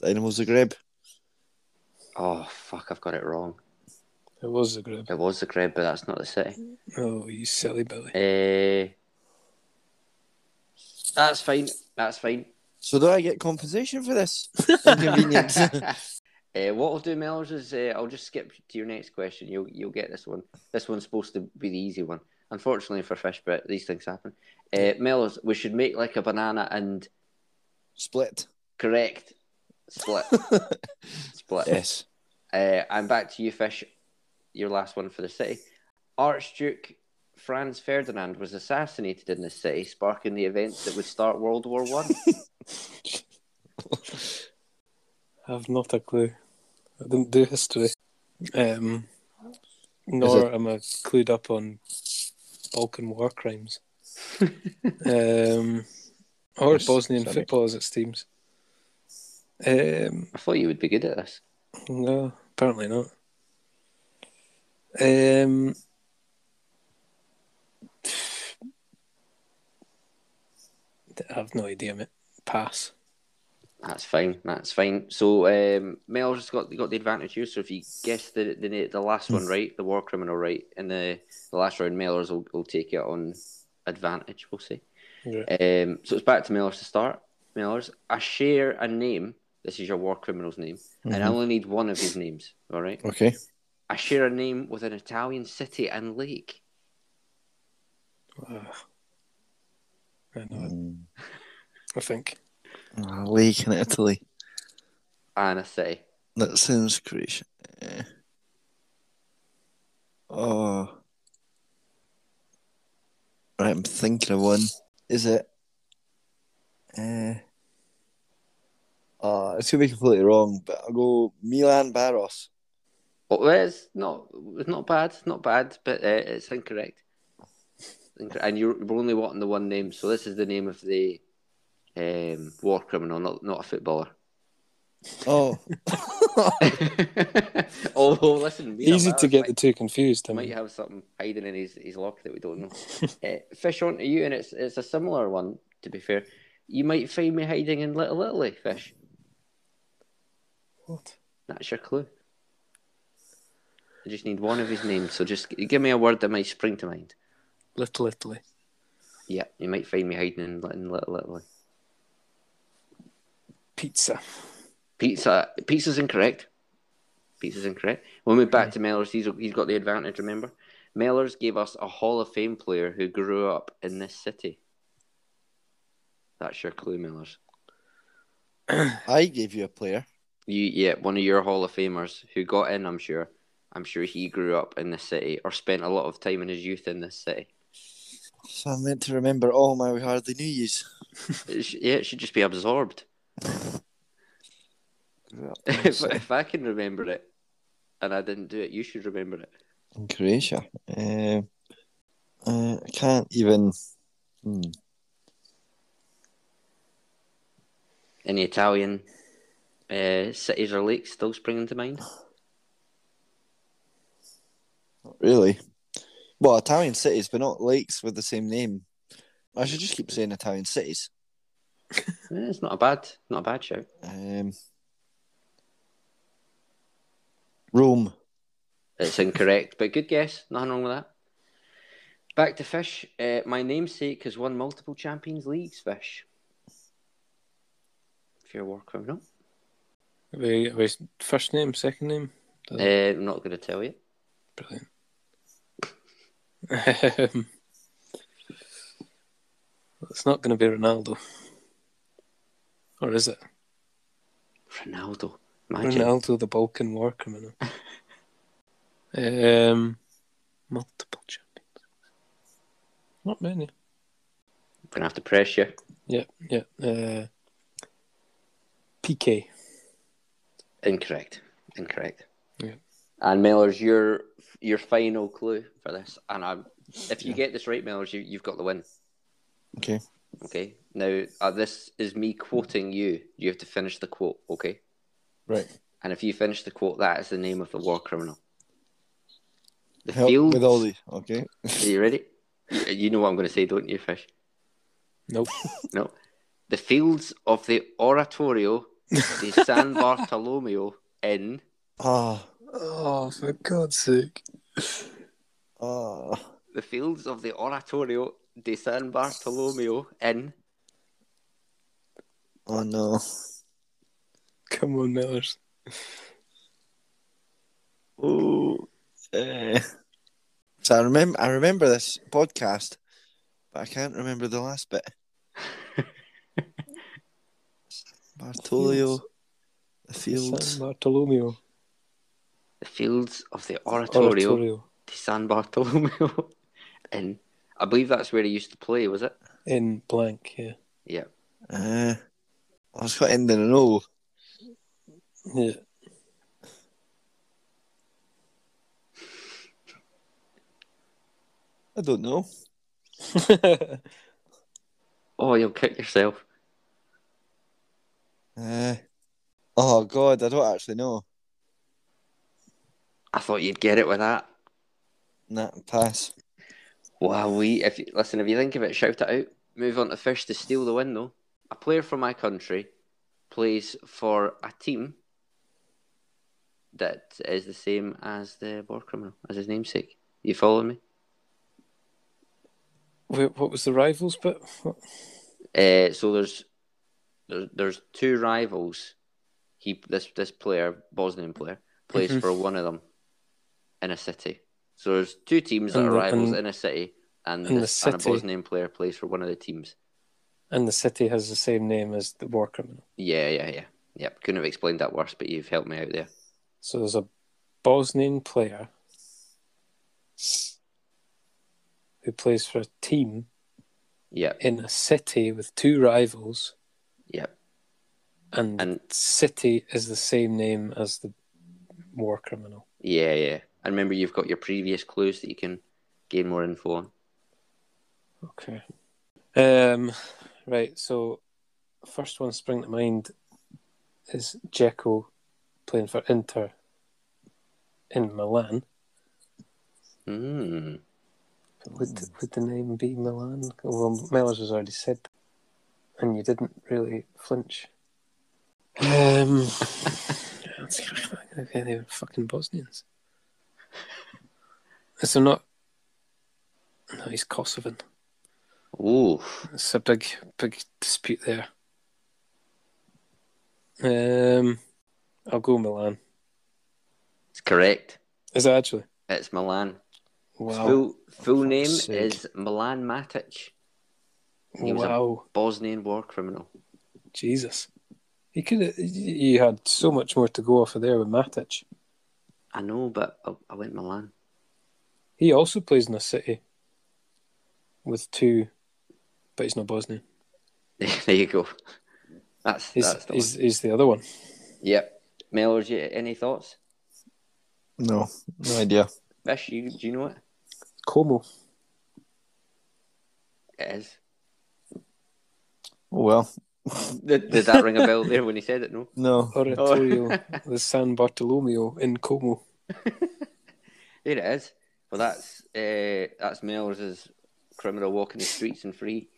S3: Dynamo Zagreb.
S1: Oh fuck! I've got it wrong.
S2: It was a group.
S1: It was the crib, but that's not the city.
S2: Oh, you silly Billy.
S1: Uh, that's fine. That's fine.
S3: So do I get compensation for this inconvenience?
S1: Uh, what I'll do, Mellors, is uh, I'll just skip to your next question. You'll you'll get this one. This one's supposed to be the easy one. Unfortunately for Fish, but these things happen. Uh, Mellors, we should make like a banana and
S3: Split.
S1: correct split. split.
S3: Yes.
S1: Uh, and back to you, Fish. Your last one for the city. Archduke Franz Ferdinand was assassinated in this city, sparking the events that would start World War One.
S2: I've not a clue. I didn't do history. Um, nor am I clued up on Balkan war crimes. um, or
S3: Yes,
S2: Bosnian
S3: sorry.
S2: football as it seems. Um,
S1: I thought you would be good at this.
S2: no, apparently not. Um, I've no idea, mate. Pass.
S1: That's fine. That's fine. So um, Mel's just got got the advantage here. So if you guess the the, na- the last one right, the war criminal right, and the, the last round, Mellors will, will take it on advantage. We'll see.
S2: Yeah.
S1: Um, so it's back to Mellors to start. Mellors, I share a name. This is your war criminal's name, and I
S2: Mm-hmm.
S1: only need one of his names. All right.
S3: Mm-hmm. Okay.
S1: I share a name with an Italian city and lake.
S2: Ah. I know.
S3: Um,
S2: I think.
S3: Ah, League in Italy.
S1: And a city.
S3: That sounds Croatian. Eh. right, I'm thinking of one. Is it? Uh, uh, it's gonna be completely wrong, but I'll go Milan Baros.
S1: "Oh, Well, it's not it's not bad, not bad, but uh, it's incorrect. Inc- And you're we're only wanting the one name, so this is the name of the um, war criminal, not not a footballer.
S3: Oh,
S1: Although, listen, Mina
S2: Easy to
S1: Maris
S2: get
S1: might,
S2: the two confused. I
S1: might
S2: mean,
S1: have something hiding in his, his locker that we don't know. uh, fish on to you, and it's it's a similar one. To be fair, you might find me hiding in Little Italy, fish.
S2: What?
S1: That's your clue. I just need one of his names, so just g- give me a word that might spring to mind.
S2: Little Italy.
S1: Yeah, you might find me hiding in, Li- in Little Italy.
S2: Pizza.
S1: Pizza. Pizza's incorrect. Pizza's incorrect. When we back to Mellors, he's, he's got the advantage, remember? Mellors gave us a Hall of Fame player who grew up in this city. That's your clue, Mellors.
S3: I gave you a player.
S1: You, yeah, one of your Hall of Famers who got in, I'm sure. I'm sure he grew up in this city or spent a lot of time in his youth in this city.
S3: So I'm meant to remember. Oh my, we hardly knew yous.
S1: It sh- yeah, it should just be absorbed. if, if I can remember it and I didn't do it, you should remember it.
S3: in Croatia. Um, uh, I can't even. Hmm.
S1: Any Italian uh, cities or lakes still springing to mind? Eh,
S3: Really? Well, Italian cities, but not lakes with the same name. I should just keep saying Italian cities.
S1: Eh, it's not a bad, not a bad shout.
S3: Um, Rome.
S1: It's incorrect, but good guess. Nothing wrong with that. Back to fish. Uh, my namesake has won multiple Champions Leagues. Fish. If you're a war criminal,
S2: Wait, wait, First name, second name?
S1: uh, I'm not going to tell you.
S2: Brilliant. Um, it's not going to be Ronaldo. Or is it?
S1: Ronaldo. Imagine.
S2: Ronaldo, the Balkan war criminal. um, multiple champions. Not many.
S1: Gonna have to press you.
S2: Yeah, yeah. Uh, PK.
S1: Incorrect. Incorrect.
S2: Yeah.
S1: And Mellors, your your final clue for this, and I'm, if you get this right, Mellors, you, you've got the win.
S3: Okay.
S1: Okay. Now uh, this is me quoting you. You have to finish the quote. Okay.
S3: Right.
S1: And if you finish the quote, that is the name of the war criminal. The
S3: Help
S1: field.
S3: with all the. Okay.
S1: Are you ready? You- You know what I'm going to say, don't you, Fish?
S2: Nope.
S1: No. The fields of the Oratorio de San Bartolomeo in.
S3: Ah.
S2: oh, for God's sake.
S3: Ah.
S1: the fields of the Oratorio de San Bartolomeo in
S3: Oh no.
S2: Come on, Millers.
S3: Oh. so I remember. I remember this podcast, but I can't remember the last bit. Bartolio, the fields.
S2: San Bartolomeo.
S1: the fields of the Oratorio,
S2: Oratorio.
S1: de San Bartolomeo in. I believe that's where he used to play, was it?
S2: In blank, yeah.
S1: Yeah.
S3: Uh, I was quite ending an O.
S2: Yeah.
S3: I don't know.
S1: Oh, you'll kick yourself.
S3: Uh, oh God, I don't actually know.
S1: I thought you'd get it with that.
S3: Nah, pass.
S1: Wow, we if you, listen, if you think of it, shout it out. Move on to fish to steal the win though. A player from my country plays for a team that is the same as the war criminal, as his namesake. You following me?
S2: Wait, what was the rivals bit? What?
S1: Uh, so there's there, there's two rivals. He this this player Bosnian player plays
S2: Mhm.
S1: for one of them in a city. So there's two teams that
S2: And
S1: are
S2: the-
S1: rivals
S2: and-
S1: in a city, and,
S2: and the
S1: this, and a
S2: city-
S1: Bosnian player plays for one of the teams.
S2: And the city has the same name as the war criminal.
S1: Yeah, yeah, yeah, yep. Couldn't have explained that worse, but you've helped me out there.
S2: So there's a Bosnian player who plays for a team
S1: Yeah,
S2: in a city with two rivals,
S1: yeah.
S2: and,
S1: And-
S2: city is the same name as the war criminal.
S1: Yeah, yeah. And remember, you've got your previous clues that you can gain more info on.
S2: Okay. Um, right. So, first one spring to mind is Jekyll playing for Inter in Milan.
S1: Mm.
S2: Would would the name be Milan? Well, Mellors has already said, that, and you didn't really flinch. Um, okay, they were fucking Bosnians. So not. No, he's Kosovan.
S1: Ooh.
S2: It's a big, big dispute there. Um, I'll go Milan.
S1: It's correct.
S2: Is it actually?
S1: It's Milan. His
S2: Wow!
S1: full full
S2: fuck's
S1: name
S2: sake.
S1: is Milan Matic, he was a-
S2: wow!
S1: Bosnian war criminal.
S2: Jesus, he could. You had so much more to go off of there with Matic.
S1: I know, but I, I went Milan.
S2: He also plays in a city with two, but he's not Bosnian.
S1: there you go. That's
S2: He's
S1: that's the
S2: he's, he's the other one.
S1: one. Yep. Mellors, you any thoughts?
S3: No, no idea.
S1: Vish, you, do you know it? Oh.
S2: Como.
S1: It is.
S3: Oh, well,
S1: Did, did that ring a bell there when he said it? No.
S3: no.
S2: Oratorio, the San Bartolomeo in Como.
S1: There it is. Well, that's uh, that's Mellors' criminal walking the streets and free.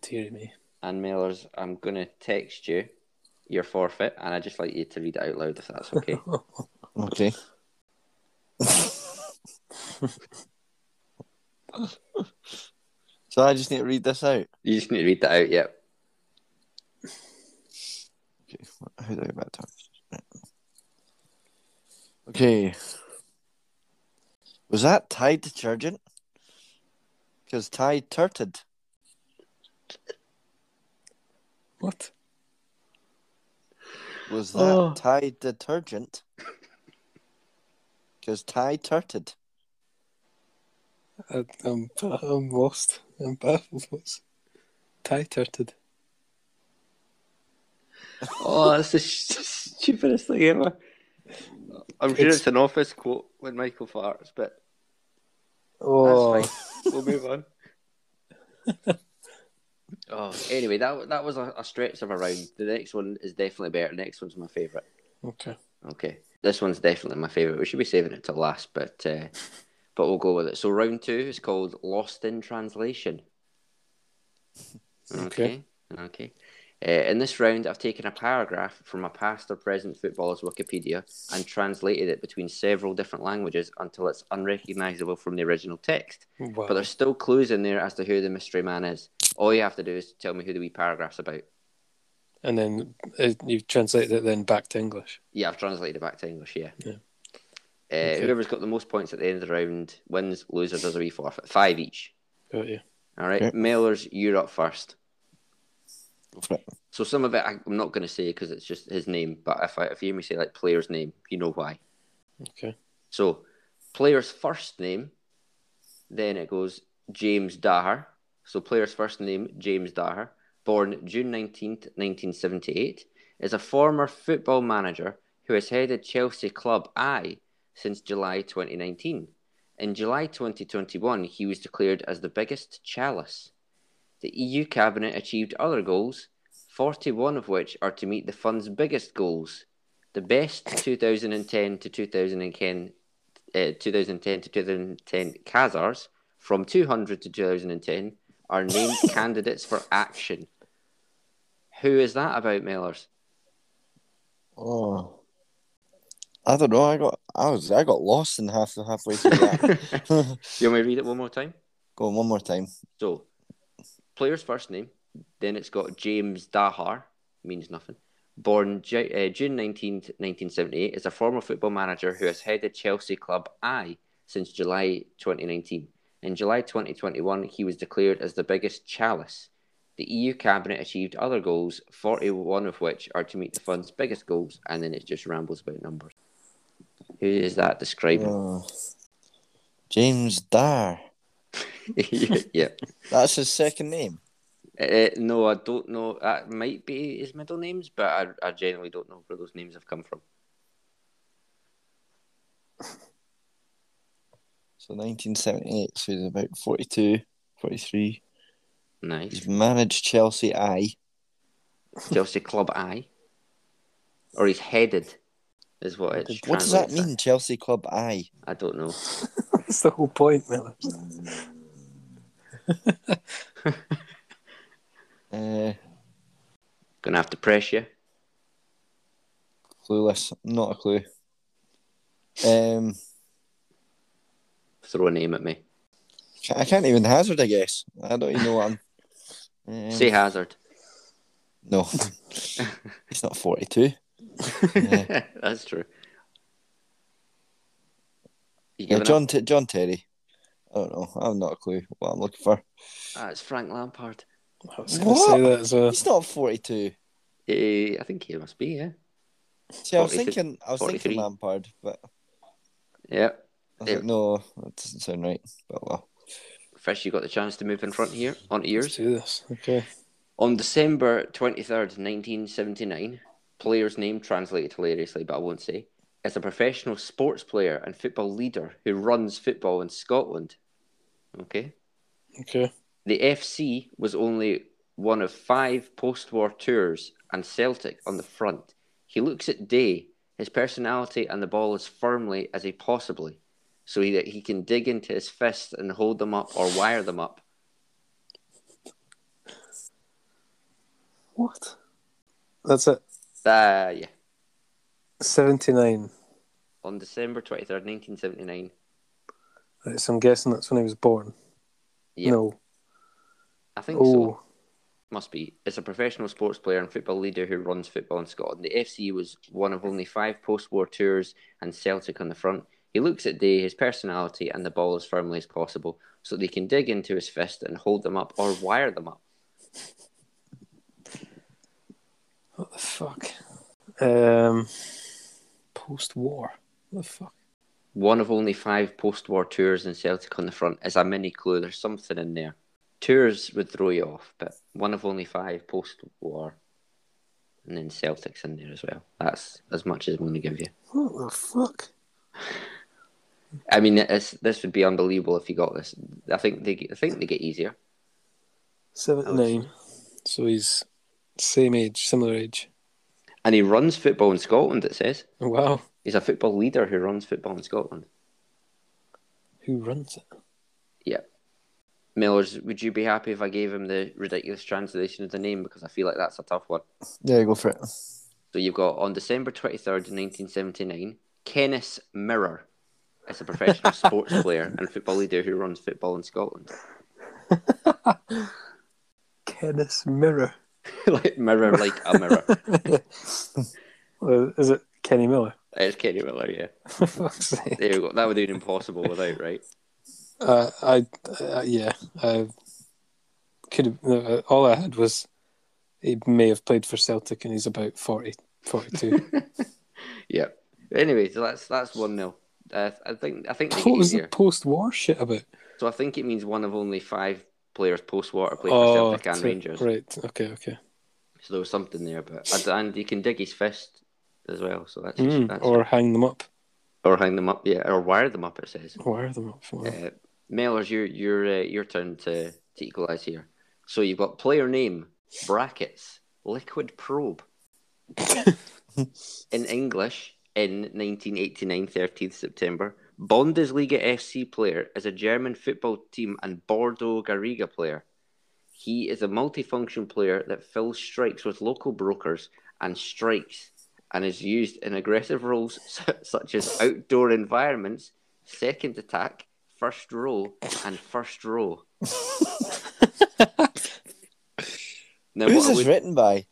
S2: Dear me.
S1: And Mellors, I'm gonna text you your forfeit, and I'd just like you to read it out loud if that's okay.
S3: Okay. so I just need to read this out.
S1: you just need to read that out. Yep.
S3: Okay, wh- how do I get back to it? Okay. Was that Tide detergent? Because Tide turted.
S2: What?
S3: Was that
S2: Oh.
S3: Tide detergent? Because Tide turted.
S2: I, I'm um, I'm lost. I'm baffled. What's tie turted?
S1: Oh, that's the st- stupidest thing ever. I'm sure
S2: It's-
S1: it's, an office quote when Michael farts, but
S2: Oh,
S1: that's fine. We'll move on. oh, anyway, that that was a, a stretch of a round. The next one is definitely better. The next one's my favourite.
S2: okay.
S1: Okay, this one's definitely my favourite. We should be saving it till last, but uh, but we'll go with it. So round two is called Lost in Translation. Okay. Okay. Uh, in this round, I've taken a paragraph from a past or present footballer's Wikipedia and translated it between several different languages until it's unrecognisable from the original text.
S2: Wow.
S1: But there's still clues in there as to who the mystery man is. All you have to do is tell me who the wee paragraph's about.
S2: And then uh, you've translated it then back to English.
S1: Yeah, I've translated it back to English. Yeah.
S2: Yeah.
S1: Uh,
S2: Okay.
S1: Whoever's got the most points at the end of the round wins. Loser does a wee forfeit. Five each.
S2: Got you.
S1: All right.
S3: Okay.
S1: Mellors, you're up first.
S3: Go for it.
S1: So some of it I- I'm not going to say because it's just his name. But if I, if you hear me say like player's name, you know why.
S2: Okay.
S1: So player's first name, then it goes James Dahar. So player's first name James Dahar, born June nineteenth, nineteen seventy eight, is a former football manager who has headed Chelsea club I since July twenty nineteen. In July 2021, he was declared as the biggest chalice. The EU cabinet achieved other goals, 41 of which are to meet the fund's biggest goals. The best 2010 to 2010, uh, 2010 to 2010 Khazars from 200 to 2010 are named candidates for action. Who is that about, Mellors?
S3: Oh. I don't know. I got I was I got lost in half the halfway through that.
S1: You want me to read it one more time?
S3: Go on one more time.
S1: So, player's first name, then it's got James Dahar, means nothing. Born Ju- uh, June 19th, 1978, is a former football manager who has headed Chelsea club I since July 2019. In July 2021, he was declared as the biggest chalice. The EU cabinet achieved other goals, 41 of which are to meet the fund's biggest goals, and then it just rambles about numbers.
S3: Uh,
S1: Who is that describing?
S3: Oh. James Dar.
S1: yeah.
S3: That's his second name.
S1: Uh, no, I don't know. That might be his middle names, but I, I genuinely don't know where those names have come from.
S3: So 1978, so he's about 42, 43.
S1: Nice.
S3: He's managed Chelsea I.
S1: Chelsea Club I. Or he's headed, is what it's.
S3: What does that
S1: translates as.
S3: mean, Chelsea Club I?
S1: I don't know.
S2: That's the whole point, Miller.
S3: Uh,
S1: Gonna have to press you.
S3: clueless. Not a clue. Um,
S1: Throw a name at me.
S3: ca- I can't even hazard, I guess. I don't even know what I'm. Um,
S1: Say Hazard.
S3: No. he's not 42. Yeah.
S1: That's true. You
S3: Yeah,
S1: giving
S3: John, T- John Terry. I don't know. I've not a clue what I'm looking for.
S1: up? Ah, it's Frank Lampard.
S2: I was going to
S3: What?
S2: say that as well.
S3: He's not 42.
S1: Eh, I think he must be, yeah.
S3: See, I was
S1: 42
S3: thinking, I was thinking
S1: 43.
S3: Lampard, but
S1: Yeah.
S3: I was
S1: Yeah.
S3: like, no, that doesn't sound right. But well,
S1: Fish, you got the chance to move in front here, onto
S2: Let's
S1: yours.
S2: do this. Okay.
S1: On December 23rd, 1979, player's name translated hilariously, but I won't say, is a professional sports player and football leader who runs football in Scotland. Okay.
S2: Okay.
S1: The FC was only one of five post war tours and Celtic on the front. He looks at Day, his personality and the ball as firmly as he possibly, so that he can dig into his fists and hold them up or wire them up.
S2: What? That's it.
S1: Uh, yeah.
S2: 79.
S1: On December 23rd, 1979.
S2: Right, so I'm guessing that's when he was born.
S1: Yeah,
S2: No.
S1: I think so.
S2: Oh,
S1: Must be. It's a professional sports player and football leader who runs football in Scotland. The FC was one of only five post war tours and Celtic on the front. He looks at Day, his personality, and the ball as firmly as possible so that he can dig into his fist and hold them up or wire them up.
S2: what the fuck? Um, Post war. What the fuck?
S1: One of only five post war tours and Celtic on the front is a mini clue. There's something in there. Tours would throw you off, but one of only five post war and then Celtic's in there as well. That's as much as I'm going to give you.
S2: What the fuck?
S1: I mean, it's, this would be unbelievable if you got this. I think they, I think they get easier.
S2: 79. So he's same age, similar age.
S1: And he runs football in Scotland. It says
S2: Wow.
S1: he's a football leader who runs football in Scotland.
S2: Who runs it?
S1: Millers, would you be happy if I gave him the ridiculous translation of the name because I feel like that's a tough one.
S3: yeah, go for it.
S1: So you've got on December twenty third, nineteen seventy nine, Kenneth Mirror is a professional sports player and football leader who runs football in Scotland.
S2: Kenneth Mirror.
S1: like mirror, like a mirror.
S2: Well, Is it Kenny Miller?
S1: it's Kenny Miller. Yeah,
S2: For fuck's sake.
S1: there you go. That would be impossible without, right?
S2: Uh, I, uh, yeah, I could have, no, uh, all I had was he may have played for Celtic and he's about 40, 42.
S1: Yeah. Anyway, so that's that's one nil. Uh, I think I think they
S2: what
S1: get
S2: was the
S1: easier.
S2: post war shit about?
S1: So I think it means one of only five players post war to play for
S2: Oh,
S1: Celtic and
S2: t-
S1: Rangers.
S2: right. Okay, okay.
S1: So there was something there, but and- and he can dig his fist as well. So that's,
S2: Mm,
S1: that's or,
S2: or hang them up,
S1: hang them up, yeah, or wire them up. It says.
S2: wire them up. Wow.
S1: Uh, Mellors, your your uh, your turn to to equalise here. So you've got player name brackets liquid probe. in English, in 1989, 13th September, Bundesliga FC player is a German football team and Bordeaux Garriga player. He is a multifunction player that fills strikes with local brokers and strikes and is used in aggressive roles su- such as outdoor environments, second attack, first row, and first row. now,
S3: Who's
S1: what I
S3: this
S1: would-
S3: written by?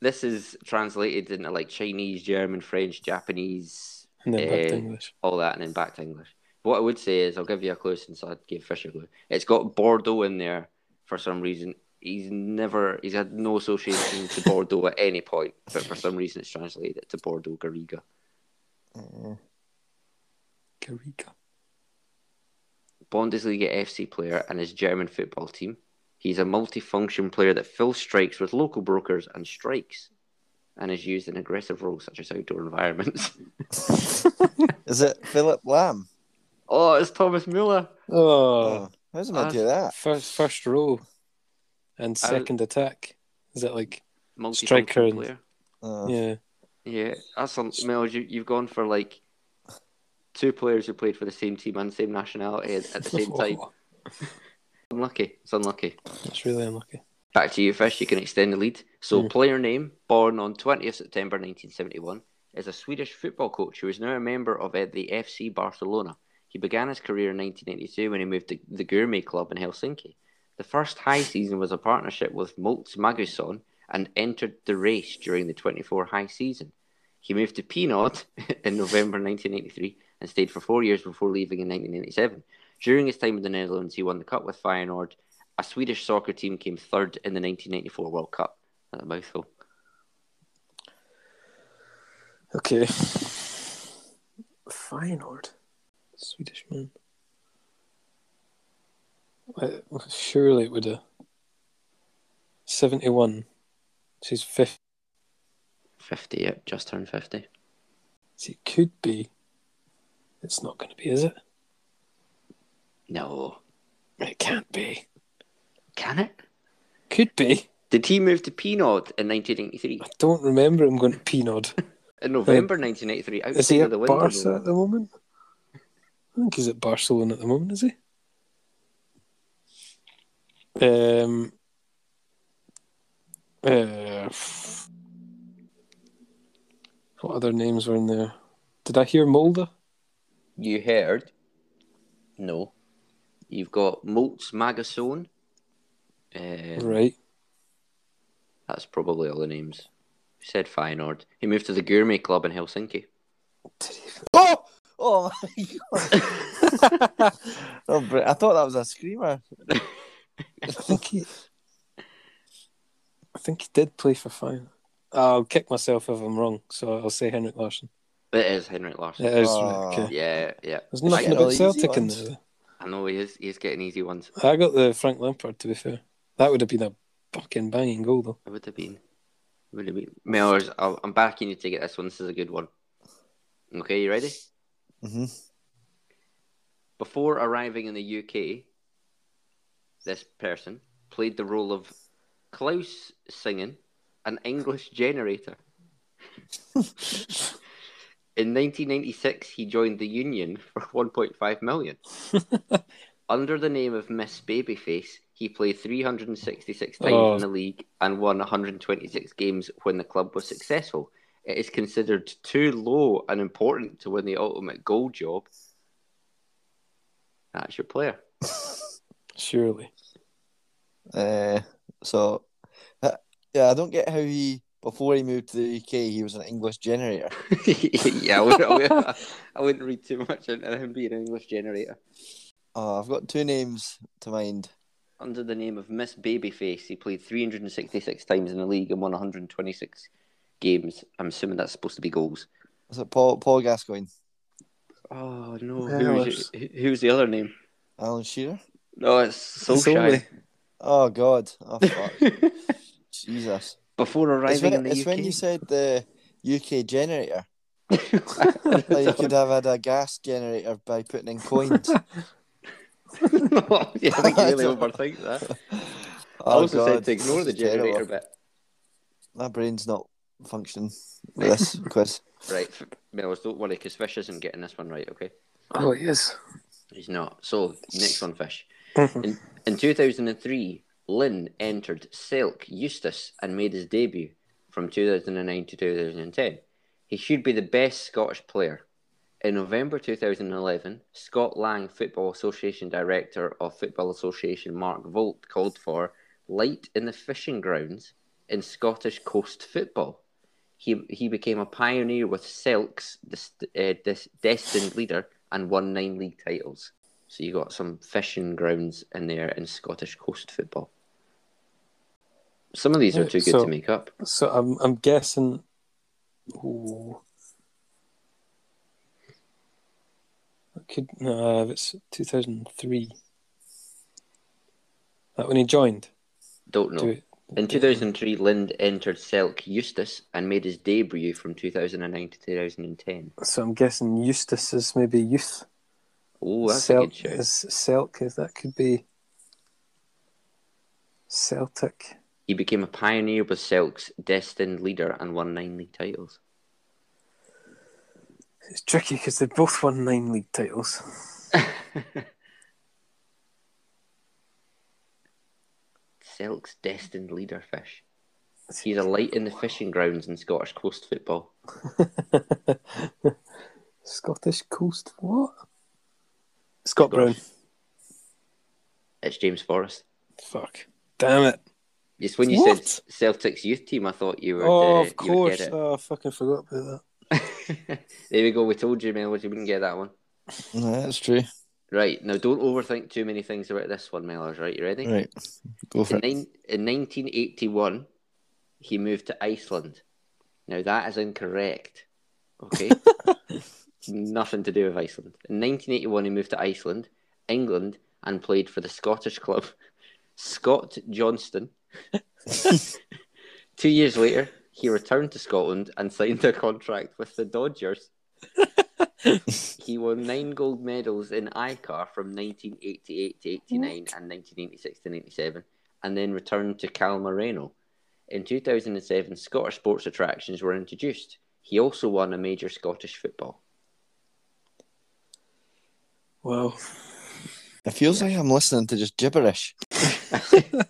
S1: this is translated into like Chinese, German, French, Japanese,
S2: and then back to
S1: eh,
S2: English.
S1: all that, and then back to English. What I would say is, I'll give you a clue since I gave Fish a clue. It's got Bordeaux in there for some reason. He's never, he's had no association to Bordeaux at any point, but for some reason it's translated it to Bordeaux Garriga.
S3: Uh,
S2: Garriga.
S1: Bundesliga FC player and his German football team. He's a multi-function player that fills strikes with local brokers and strikes, and is used in aggressive roles such as outdoor environments.
S3: Is it Philip Lamb?
S1: oh, it's Thomas Muller.
S2: Oh,
S3: how does
S1: Uh,
S3: man do that?
S2: first first row and
S1: I-
S2: second attack. Is that like Striker
S1: Multi-function
S2: and-
S1: player. Uh,
S3: Oh,
S2: yeah?
S1: Yeah, that's some Mel. You, you've gone for like two players who played for the same team and same nationality at at the same time. Unlucky. It's unlucky.
S2: That's really unlucky.
S1: Back to you, Fish. You can extend the lead. So,
S2: Hmm.
S1: player name, born on 20th September 1971, is a Swedish football coach who is now a member of uh, the FC Barcelona. He began his career in 1982 when he moved to the Gourmet Club in Helsinki. The first high season was a partnership with Moltz Maguson and entered the race during the 24 high season. He moved to Pinod in November 1983 and stayed for four years before leaving in 1997. During his time in the Netherlands, he won the cup with Feyenoord a Swedish soccer team came third in the 1994 World Cup. That's a mouthful.
S2: Okay. Feyenoord. Swedish man. Uh, Surely it would uh, have. 71. She's 50.
S1: 50, yep, just turned 50.
S2: It could be. It's not going to be, is it?
S1: No.
S2: It can't be.
S1: Can it?
S2: Could be.
S1: Did he move to Pinod in 1983?
S2: I don't remember him going to Pinod.
S1: In November 1983, outside
S2: Is he
S1: of
S2: at
S1: the window.
S2: Barca at
S1: though.
S2: the moment? I think he's at Barcelona at the moment, is he? Um. Uh, what other names were in there? Did I hear Mulder?
S1: You heard? No. You've got Moltz Magasone. Uh,
S2: Right.
S1: that's probably all the names. You said Feyenoord. He moved to the Gourmet Club in Helsinki.
S2: Did he-
S3: oh, oh my god! Oh, br- I thought that was a screamer.
S2: I think he. I think he did play for Fine. I'll kick myself if I'm wrong, so I'll say Henrik Larsson.
S1: It is Henrik Larsson.
S2: It is
S1: Ah.
S3: Oh.
S2: okay.
S1: Yeah, yeah.
S2: There's
S1: I
S2: nothing
S1: get
S3: all
S2: about
S3: the easy
S2: Celtic in
S3: ones.
S2: there.
S1: I know he is. He's getting easy ones.
S2: I got the Frank Lampard. To be fair, that would have been a fucking banging goal, though.
S1: It would have been. It would have been. Mellors, I'll- I'm backing you to get this one. This is a good one. Okay, you ready?
S3: Mm-hmm.
S1: Before arriving in the UK, this person played the role of Klaus Singen, an English generator. in 1996, he joined the Union for 1.5 million. Under the name of Miss Babyface, he played 366 times
S2: Oh.
S1: in the league and won 126 games when the club was successful. It is considered too low and important to win the ultimate goal job. That's your player.
S2: Surely.
S3: Uh, so, uh, yeah, I don't get how he before he moved to the UK he was an English generator.
S1: yeah, I wouldn't, I, wouldn't, I wouldn't read too much into him being an English generator.
S3: Oh, I've got two names to mind.
S1: Under the name of Miss Babyface, he played 366 times in the league and won 126 games. I'm assuming that's supposed to be goals.
S3: Is it Paul Paul Gascoigne,
S1: Oh no!
S2: Yeah,
S1: Who was,
S2: that's-
S1: who- who was the other name?
S3: Alan Shearer?
S1: No, it's Solskjaer.
S3: Oh God! Oh fuck! Jesus!
S1: Before
S3: It's
S1: arriving
S3: when,
S1: in the
S3: it's
S1: UK,
S3: when you said the UK generator. Like you could have had a gas generator by putting in coins.
S1: yeah, I think you really overthink that. I
S3: Oh,
S1: also
S3: God,
S1: said to ignore
S3: this
S1: the
S3: is terrible.
S1: generator bit.
S3: My brain's not functioning with this quiz.
S1: Right, f- Melrose, don't worry, because Fish isn't getting this one right, okay?
S2: Oh, he is.
S1: He's not. So, next one, Fish.
S2: Mhm.
S1: In, in 2003, Lynn entered Silk Eustace and made his debut from 2009 to 2010. He should be the best Scottish player. In November 2011, Scott Lang, Football Association Director of Football Association Mark Volt, called for light in the fishing grounds in Scottish coast football. He, he became a pioneer with Selk's dis, uh, dis, destined leader and won nine league titles. So you got some fishing grounds in there in Scottish coast football. Some of these are
S2: Yeah,
S1: too good
S2: so-
S1: to make up.
S2: So I'm I'm guessing. Ooh. could no, it's 2003. That when he joined.
S1: Don't know.
S2: Do it.
S1: In 2003, Lind entered Selk Eustace and made his debut from 2009 to 2010.
S2: So I'm guessing Eustace is maybe youth.
S1: Oh, that's a
S2: Cel-
S1: good show.
S2: Is Selk, if that could be Celtic.
S1: He became a pioneer with Selk's destined leader and won nine league titles.
S2: It's tricky because they both won nine league titles.
S1: Selk's destined leader fish. He's a light in the fishing grounds in Scottish coast football.
S2: Scottish Coast, what? Scott Brown.
S1: It's James Forrest.
S2: Fuck. Damn it.
S1: Yes, when you
S2: What?
S1: said Celtic's youth team, I thought you were.
S2: Oh,
S1: uh,
S2: of
S1: you would get
S2: course.
S1: it.
S2: Oh, I fucking forgot about that.
S1: there we go. We told you, Melwood, you wouldn't get that one.
S3: No, that's true.
S1: Right now, don't overthink too many things about this one, Mellors. Right, you ready?
S3: Right, go for
S1: In,
S3: it.
S1: nine, in 1981, he moved to Iceland. Now that is incorrect. Okay, nothing to do with Iceland. In 1981, he moved to Iceland, England, and played for the Scottish club Scott Johnston. Two years later, he returned to Scotland and signed a contract with the Dodgers. he won nine gold medals in ICAR from 1988 to 89 and 1986 to 97, and then returned to Cal Moreno. In 2007, Scottish sports attractions were introduced. He also won a major Scottish football.
S2: Wow.
S3: It feels like I'm listening to just gibberish.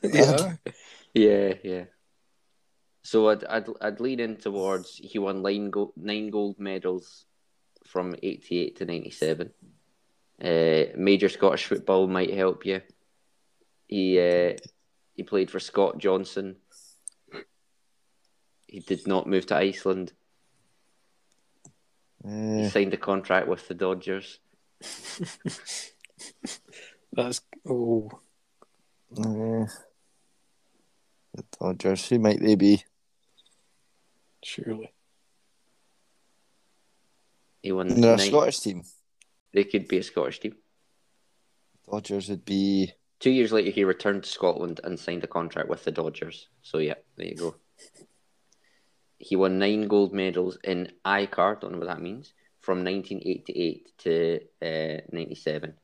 S2: yeah.
S1: Yeah, yeah. So I'd I'd, I'd lean in towards he won nine gold nine gold medals from eighty eight to ninety seven. Uh, major Scottish football might help you. He uh, he played for Scott Johnson. He did not move to Iceland. He
S3: Uh,
S1: signed a contract with the Dodgers.
S2: That's. Oh.
S3: uh, the Dodgers, who might they be?
S2: Surely.
S1: He won.
S3: They're a
S1: nine-
S3: Scottish team.
S1: They could be a Scottish team.
S3: Dodgers would be.
S1: Two years later, he returned to Scotland and signed a contract with the Dodgers. So yeah, there you go. He won nine gold medals in ICAR, don't know what that means, from 1988 to uh, 97.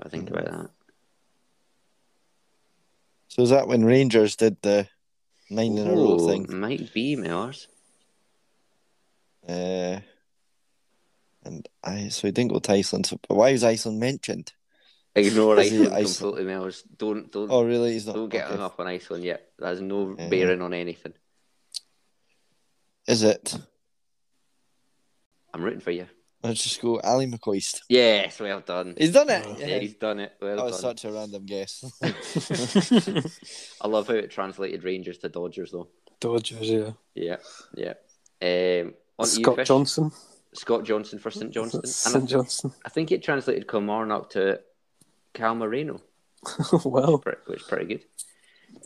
S1: I think about that.
S3: So is that when Rangers did the nine in a row
S1: Ooh,
S3: thing?
S1: Oh, Might be Millers.
S3: Uh, and I so he didn't go to Iceland. So, but why was Iceland mentioned?
S1: Ignore
S3: Is he
S1: Iceland
S3: Iceland?
S1: completely, Millers. Don't don't
S3: Oh, really? He's not.
S1: don't get
S3: okay.
S1: hung up on Iceland yet. That has no
S3: Yeah.
S1: bearing on anything.
S3: Is it?
S1: I'm rooting for you.
S3: Let's just go Ali McCoist.
S1: Yes, well done.
S3: He's done it.
S2: Oh.
S1: Yeah,
S3: Yeah.
S1: he's done it. Well
S3: That was
S1: done.
S3: such a random guess.
S1: I love how it translated Rangers to Dodgers, though.
S2: Dodgers, yeah.
S1: Yeah, yeah. Um, on to you,
S2: Scott
S1: Fish.
S2: Johnson.
S1: Scott Johnson for St Johnston. And I,
S2: St. Johnson.
S1: I think it translated Kilmarnock to Cal Moreno,
S2: wow.
S1: pre- which is pretty good.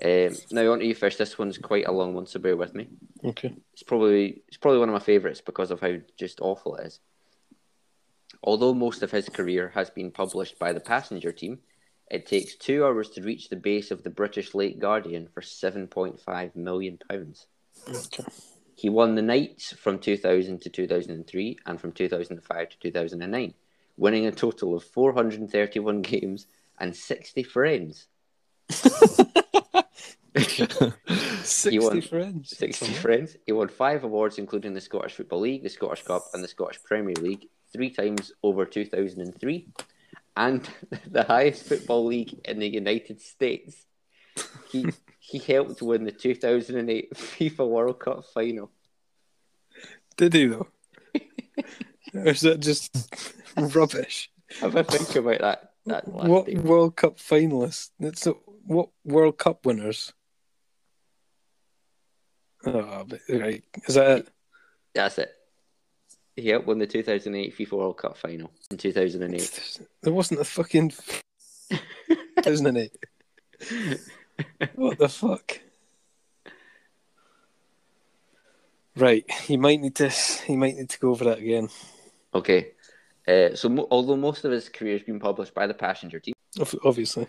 S1: Um, now on to you, Fish. This one's quite a long one, so bear with me.
S2: Okay.
S1: It's probably it's probably one of my favourites because of how just awful it is. Although most of his career has been published by the passenger team, it takes two hours to reach the base of the British Lake Guardian for seven point five million pounds.
S2: Okay.
S1: He won the Knights from 2000 to 2003 and from 2005 to 2009, winning a total of 431 games and 60 frames.
S2: 60
S1: won.
S2: friends.
S1: 60 frames. He won five awards, including the Scottish Football League, the Scottish Cup, and the Scottish Premier League, three times over 2003, and the highest football league in the United States. He, he helped win the 2008 FIFA World Cup final.
S2: Did he, though? or is that just rubbish?
S1: Have a think about that. that last
S2: what
S1: statement.
S2: World Cup finalists? It's not, what World Cup winners? Oh, but- right. Is that it?
S1: That's it. He helped win the 2008 FIFA World Cup final in 2008.
S2: There wasn't a fucking 2008. what the fuck? Right, you might need to you might need to go over that again.
S1: Okay. Uh, so, mo- although most of his career has been published by the passenger team,
S2: Ob- Obviously.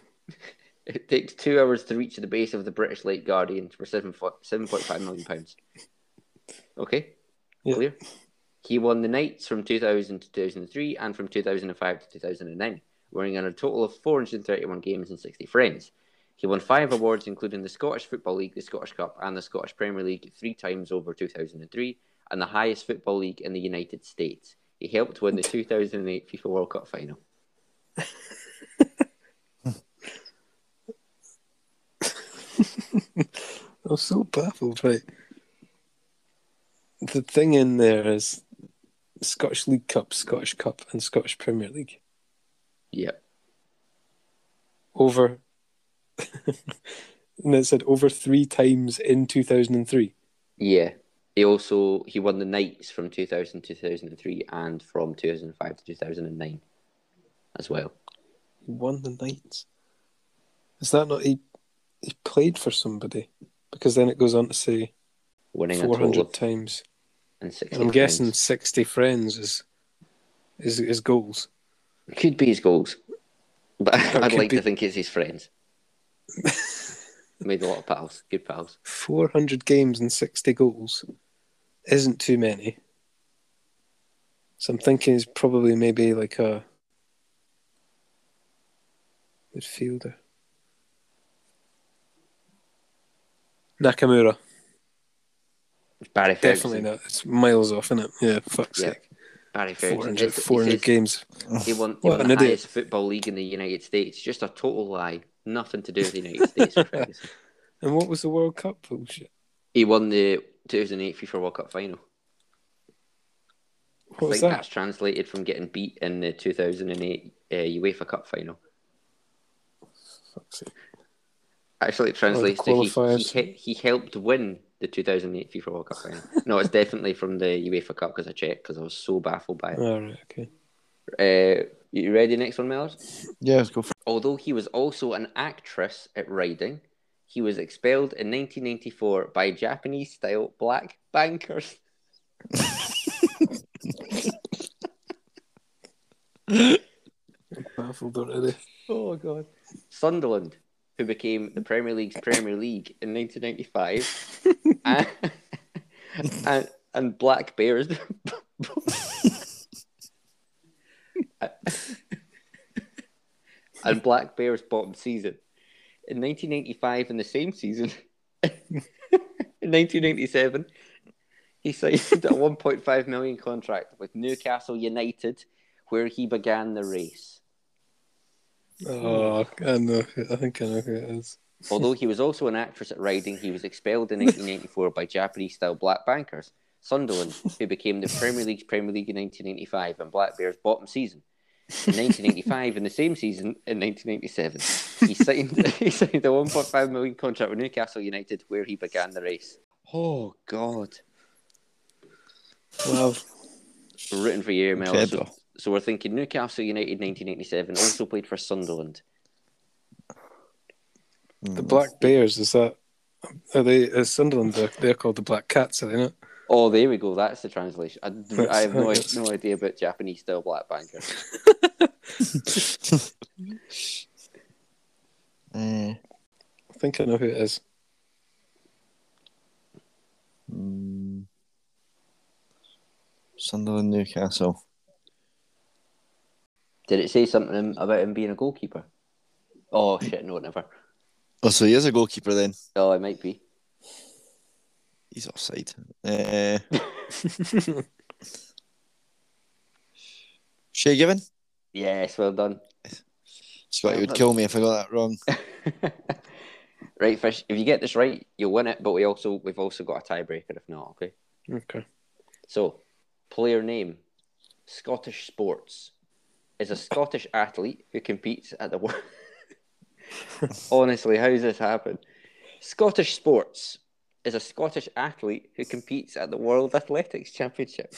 S1: it takes two hours to reach the base of the British Lake Guardian for seven fo- 7.5 million pounds. Okay,
S2: Yeah.
S1: clear. He won the Knights from 2000 to 2003 and from 2005 to 2009, winning in a total of 431 games and 60 frames. He won five awards, including the Scottish Football League, the Scottish Cup, and the Scottish Premier League three times over 2003, and the highest football league in the United States. He helped win the 2008 FIFA World Cup final.
S2: I'm so baffled, right? The thing in there is Scottish League Cup, Scottish Cup, and Scottish Premier League
S1: Yep.
S2: over. and it said over three times in 2003.
S1: Yeah. He also he won the Knights from 2000 to 2003 and from 2005 to 2009 as well.
S2: He won the Knights. Is that not he? He played for somebody because then it goes on to say
S1: Winning a total
S2: 400
S1: of
S2: times.
S1: and 60
S2: And I'm guessing 60 friends is is is goals.
S1: friends. could be his goals. But
S2: Or
S1: I'd
S2: could
S1: like
S2: be-
S1: to think it's his friends. Made a lot of pals, good pals.
S2: 400 games and 60 goals isn't too many. So I'm thinking he's probably maybe like a midfielder. Nakamura.
S1: Barry Ferguson.
S2: Definitely not. It's miles off, isn't it? Yeah, fuck's
S1: Yeah,
S2: sake.
S1: Barry Ferguson.
S2: 400, 400
S1: he, says
S2: games.
S1: he won, he
S2: What
S1: won
S2: an
S1: the
S2: idiot.
S1: highest football league in the United States. Just a total lie. Nothing to do with the United States. for Ferguson.
S2: And what was the World Cup bullshit?
S1: He won the 2008 FIFA World Cup final.
S2: What
S1: I
S2: was
S1: think
S2: that?
S1: that's translated from getting beat in the 2008 uh, UEFA Cup final.
S2: Fuck's sake.
S1: Actually, it translates to he- he,
S2: Oh, qualifiers.
S1: he, he helped win the 2008 FIFA World Cup final. no, it's definitely from the UEFA Cup because I checked because I was so baffled by it.
S2: All right, okay.
S1: Uh, you ready? Next one, Mellors?
S3: Yeah, let's go for
S1: Although he was also an actress at Riding, he was expelled in 1994 by Japanese style black bankers.
S2: Baffled already.
S1: Oh, God. Sunderland, who became the Premier League's Premier League in 1995, and, and, and Black Bears. and Black Bears bottom season. In 1985, in the same season, in 1987, he signed a 1.5 million contract with Newcastle United, where he began the race.
S2: Oh, I know. who- I think I know who it is.
S1: Although he was also an actress at Riding, he was expelled in 1994 by Japanese style black bankers. Sunderland, who became the Premier League's Premier League in 1985 and Black Bears' bottom season. In 1985, in the same season, in 1987, he signed, he signed a 1.5 million contract with Newcastle United, where he began the race. Oh, God.
S2: Wow.
S1: We're rooting for you, Mel. So,
S3: Incredible.
S1: so we're thinking Newcastle United 1987, also played for Sunderland.
S3: Hmm.
S2: The Black Bears, is that. Are they. Is Sunderland, they're, they're called the Black Cats, are they not?
S1: Oh, there we go. That's the translation. I, I have no,
S2: That's-
S1: no idea about Japanese style black bankers.
S3: Eh,
S2: I think I know who it is.
S3: mm. Sunderland, Newcastle.
S1: Did it say something about him being a goalkeeper? Oh shit, no, never.
S3: Oh, so he is a goalkeeper then.
S1: Oh, it might be.
S3: He's offside. Uh, Shea Given?
S1: Yes, well done.
S3: Scott, you would kill me if I got that wrong.
S1: right, fish. If you get this right, you'll win it. But we also we've also got a tiebreaker if not. Okay.
S2: okay.
S1: So, player name, Scottish sports, is a Scottish athlete who competes at the world. Honestly, how's this happen? Scottish sports is a Scottish athlete who competes at the World Athletics Championship.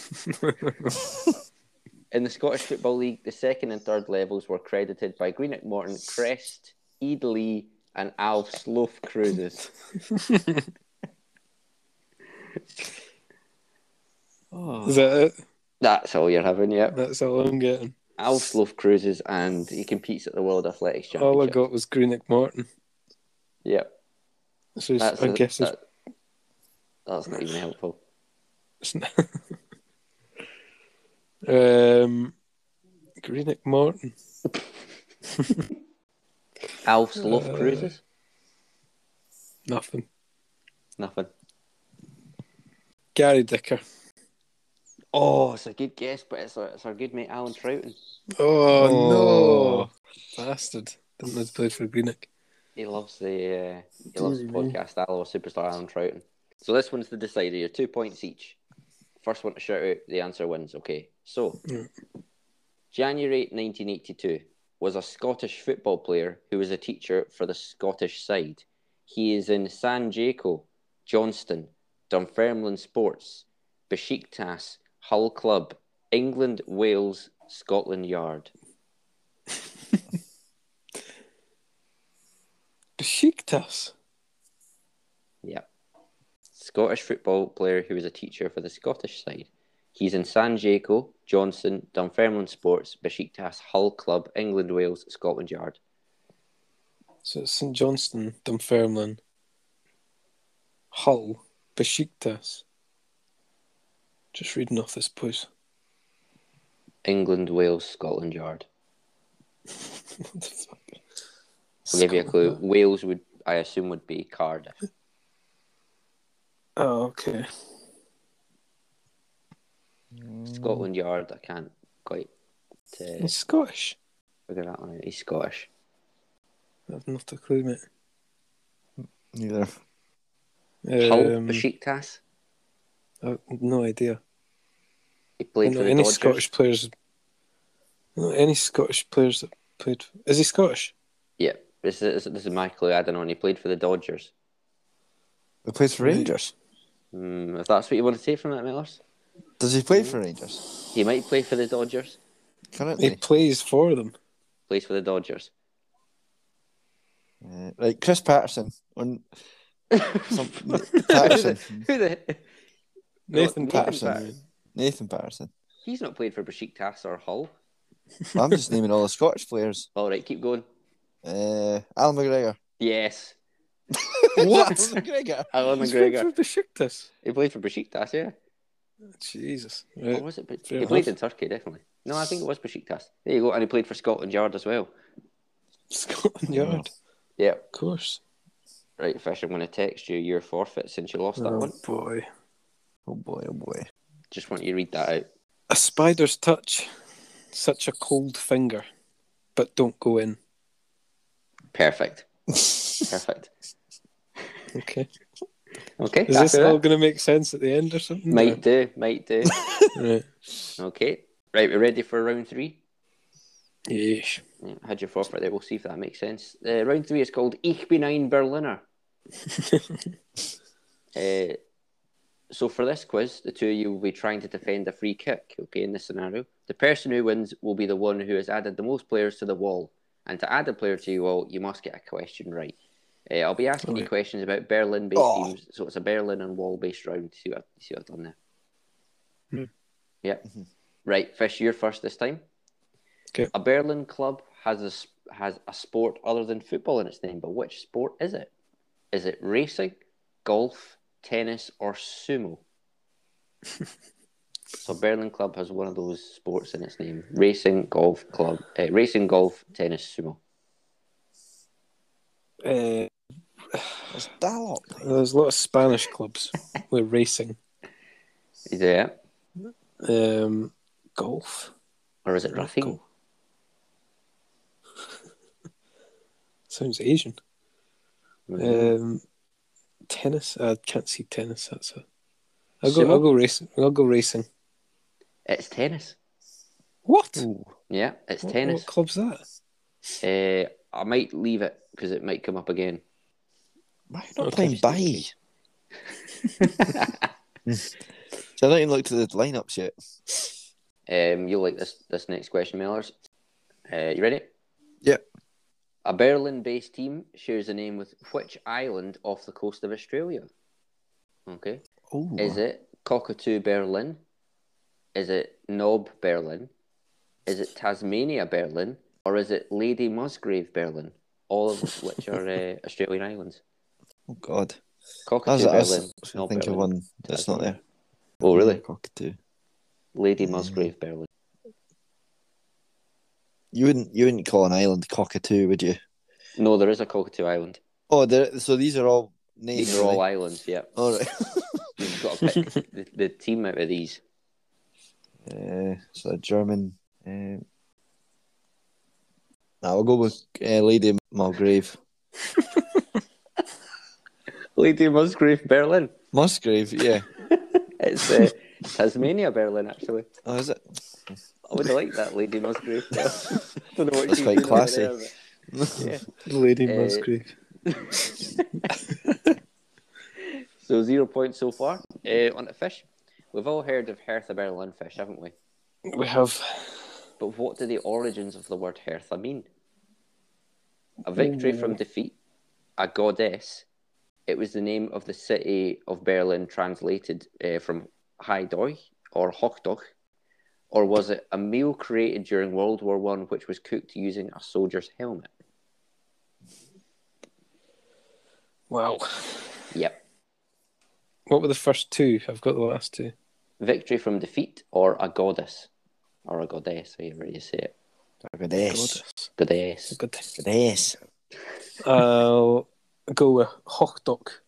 S1: In the Scottish Football League, the second and third levels were credited by Greenock Morton, Crest, Eid Lee, and Alf Sloth Cruises.
S2: Oh. Is that it?
S1: That's all you're having, yeah.
S2: That's all I'm getting.
S1: Al Sloth cruises and he competes at the World Athletics Championship.
S2: All I got was Greenock Morton.
S1: Yep.
S2: So it's-
S1: That's
S2: I
S1: a-
S2: guess it's
S1: that- that's not even helpful.
S2: um, Greenock Morton.
S1: Al Sloth
S2: Uh,
S1: cruises?
S2: Nothing.
S1: Nothing.
S2: Gary Dicker.
S1: Oh, it's a good guess, but it's our, it's our good mate Alan Troughton.
S2: Oh,
S3: Oh.
S2: no, bastard! Didn't know to play for Greenock.
S1: He loves the uh, he loves the
S2: Dear me.
S1: podcast. I love superstar Alan Troughton. So this one's the decider. You're two points each. First one to shout out the answer wins. Okay. So
S2: Mm.
S1: January 1982 was a Scottish football player who was a teacher for the Scottish side. He is in San Jaco, Johnston, Dunfermline Sports, Besiktas, Hull Club, England, Wales, Scotland Yard.
S2: Besiktas.
S1: Yeah. Scottish football player who was a teacher for the Scottish side. He's in San Jaco, Johnson, Dunfermline Sports, Besiktas, Hull Club, England, Wales, Scotland Yard.
S2: So it's St Johnston, Dunfermline, Hull, Besiktas. Just reading off this place.
S1: England, Wales, Scotland Yard.
S2: what the fuck?
S1: I'll give you a clue.
S2: Scotland. Hmm.
S1: Wales would, I assume, would be Cardiff.
S2: Oh, okay.
S1: Scotland Yard, I can't quite uh,
S2: He's Scottish.
S1: figure that one out. He's Scottish.
S2: I've not a clue, mate.
S3: Neither.
S1: Hull,
S2: Um,
S1: Besiktas.
S2: I've no idea.
S1: He
S2: I
S1: played
S2: know
S1: for the
S2: any
S1: Dodgers.
S2: Scottish players. I know any Scottish players that played. Is he Scottish?
S1: Yeah, this is, this is my clue. I don't know. And he played for the Dodgers.
S3: He plays for Rangers.
S1: Hmm, if that's what you want to take from that, Millers.
S3: Does he play for Rangers?
S1: He might play for the Dodgers.
S2: He
S3: Currently.
S2: plays for them.
S1: Plays for the Dodgers.
S3: Uh, right, Chris Patterson. On some,
S1: Who the-
S3: Patterson.
S1: Who the?
S2: Nathan
S1: Nathan
S2: Patterson.
S3: Patterson. Nathan Patterson.
S1: He's not played for Besiktas or Hull.
S3: I'm just naming all the Scottish players.
S1: All right, keep going.
S3: Uh, Alan McGregor.
S1: Yes,
S2: What?
S3: Alan McGregor.
S1: Alan
S2: He's played
S1: McGregor.
S2: for Besiktas.
S1: He played for Besiktas, yeah.
S2: Jesus.
S1: Or
S2: Right.
S1: was it? Be-
S2: fair
S1: he played in
S2: enough.
S1: Turkey, definitely. No, I think it was Besiktas. There you go. And he played for Scotland Yard as well.
S2: Scotland Yard.
S1: Yeah.
S2: Of course.
S1: Right, Fish. I'm going to text you your forfeit since you lost that one.
S2: boy.
S3: Oh boy, oh boy.
S1: Just want you to read that out.
S2: A spider's touch. Such a cold finger. But don't go in.
S1: Perfect. Perfect.
S2: Okay.
S1: Okay.
S2: Is
S1: that's
S2: this all
S1: it.
S2: going to make sense at the end or something?
S1: Might do. Might do.
S2: Right.
S1: okay. Right, we're ready for round three.
S2: Yeesh.
S1: Yeah, had your forfeit there. We'll see if that makes sense. Uh, round three is called Ich bin ein Berliner. uh, so for this quiz, the two of you will be trying to defend a free kick. Okay, in this scenario, the person who wins will be the one who has added the most players to the wall. And to add a player to your wall, you must get a question right. Uh, I'll be asking you
S2: Okay.
S1: questions about Berlin-based
S3: Oh.
S1: teams, so it's a Berlin and wall-based round. See what, see what I've done there.
S2: Hmm.
S1: Yep. Right, Fish, you're first this time. A Berlin club has a s- has a sport other than football in its name, but which sport is it? Is it racing, golf, tennis, or sumo? so Berlin club has one of those sports in its name: racing, golf, club, uh, racing, golf, tennis, sumo.
S2: Uh,
S3: It's Dallop.
S2: there's a lot of Spanish clubs with racing.
S1: Is it? it?
S2: Um, golf.
S1: Or is it racing?
S2: Golf. Sounds Asian.
S1: Mm-hmm.
S2: Um, tennis. I can't see tennis. That's it. I'll go.
S1: Sumo?
S2: I'll go racing. I'll go racing.
S1: It's tennis.
S2: What?
S1: Yeah, it's
S2: what,
S1: tennis.
S2: What club's that?
S1: Uh, I might leave it because it might come up again.
S3: Why are you not
S2: Okay.
S3: playing by? So I haven't even looked at the lineups yet.
S1: Um, you'll like this this next question, Millers. Uh, you ready?
S3: Yep.
S1: A Berlin-based team shares a name with which island off the coast of Australia? Okay.
S3: Oh,
S1: Is it Cockatoo Berlin, Is it Knob Berlin? Is it Tasmania Berlin? Or is it Lady Musgrave Berlin? All of which are uh, Australian islands.
S3: Oh God, I was,
S1: Cockatoo
S3: I was
S1: Berlin.
S3: trying
S1: Knob
S3: to think of
S1: Berlin.
S3: one that's not there. Mm,
S1: Oh, really?
S3: Cockatoo. Mm.
S1: Lady Musgrave Berlin.
S3: You wouldn't you wouldn't call an island cockatoo, would you?
S1: No, there is a Cockatoo Island.
S3: Oh, there. So these are all names.
S1: These are all
S3: right?
S1: islands, yeah.
S3: all right.
S1: You've got to pick the, the team out of these.
S3: Uh, so German. Uh, I'll go with uh, Lady Mulgrave.
S1: Lady Musgrave Berlin.
S3: Musgrave, yeah.
S1: It's uh, Tasmania Berlin, actually.
S3: Oh, is it?
S1: I would like that Lady Musgrave. Berlin. Don't know what
S3: That's
S1: she's
S3: quite
S1: doing over there, but-
S2: Lady
S1: Uh,
S2: Musgrave.
S1: So zero points so far uh, on the fish. We've all heard of Hertha Berlin fish, haven't we?
S2: We have
S1: But what do the origins of the word Hertha mean? A victory from defeat, a goddess. It was the name of the city of Berlin translated uh, from Heidoch or Hochdoch, or was it a meal created during World War One which was cooked using a soldier's helmet?
S2: wow.
S1: Yep.
S2: What were the first two? I've got the last two.
S1: Victory from defeat or a goddess, or a goddess, however you say it.
S3: Goddess.
S1: Goddess.
S2: Good.
S3: Goddess.
S2: I'll go with Hochdok.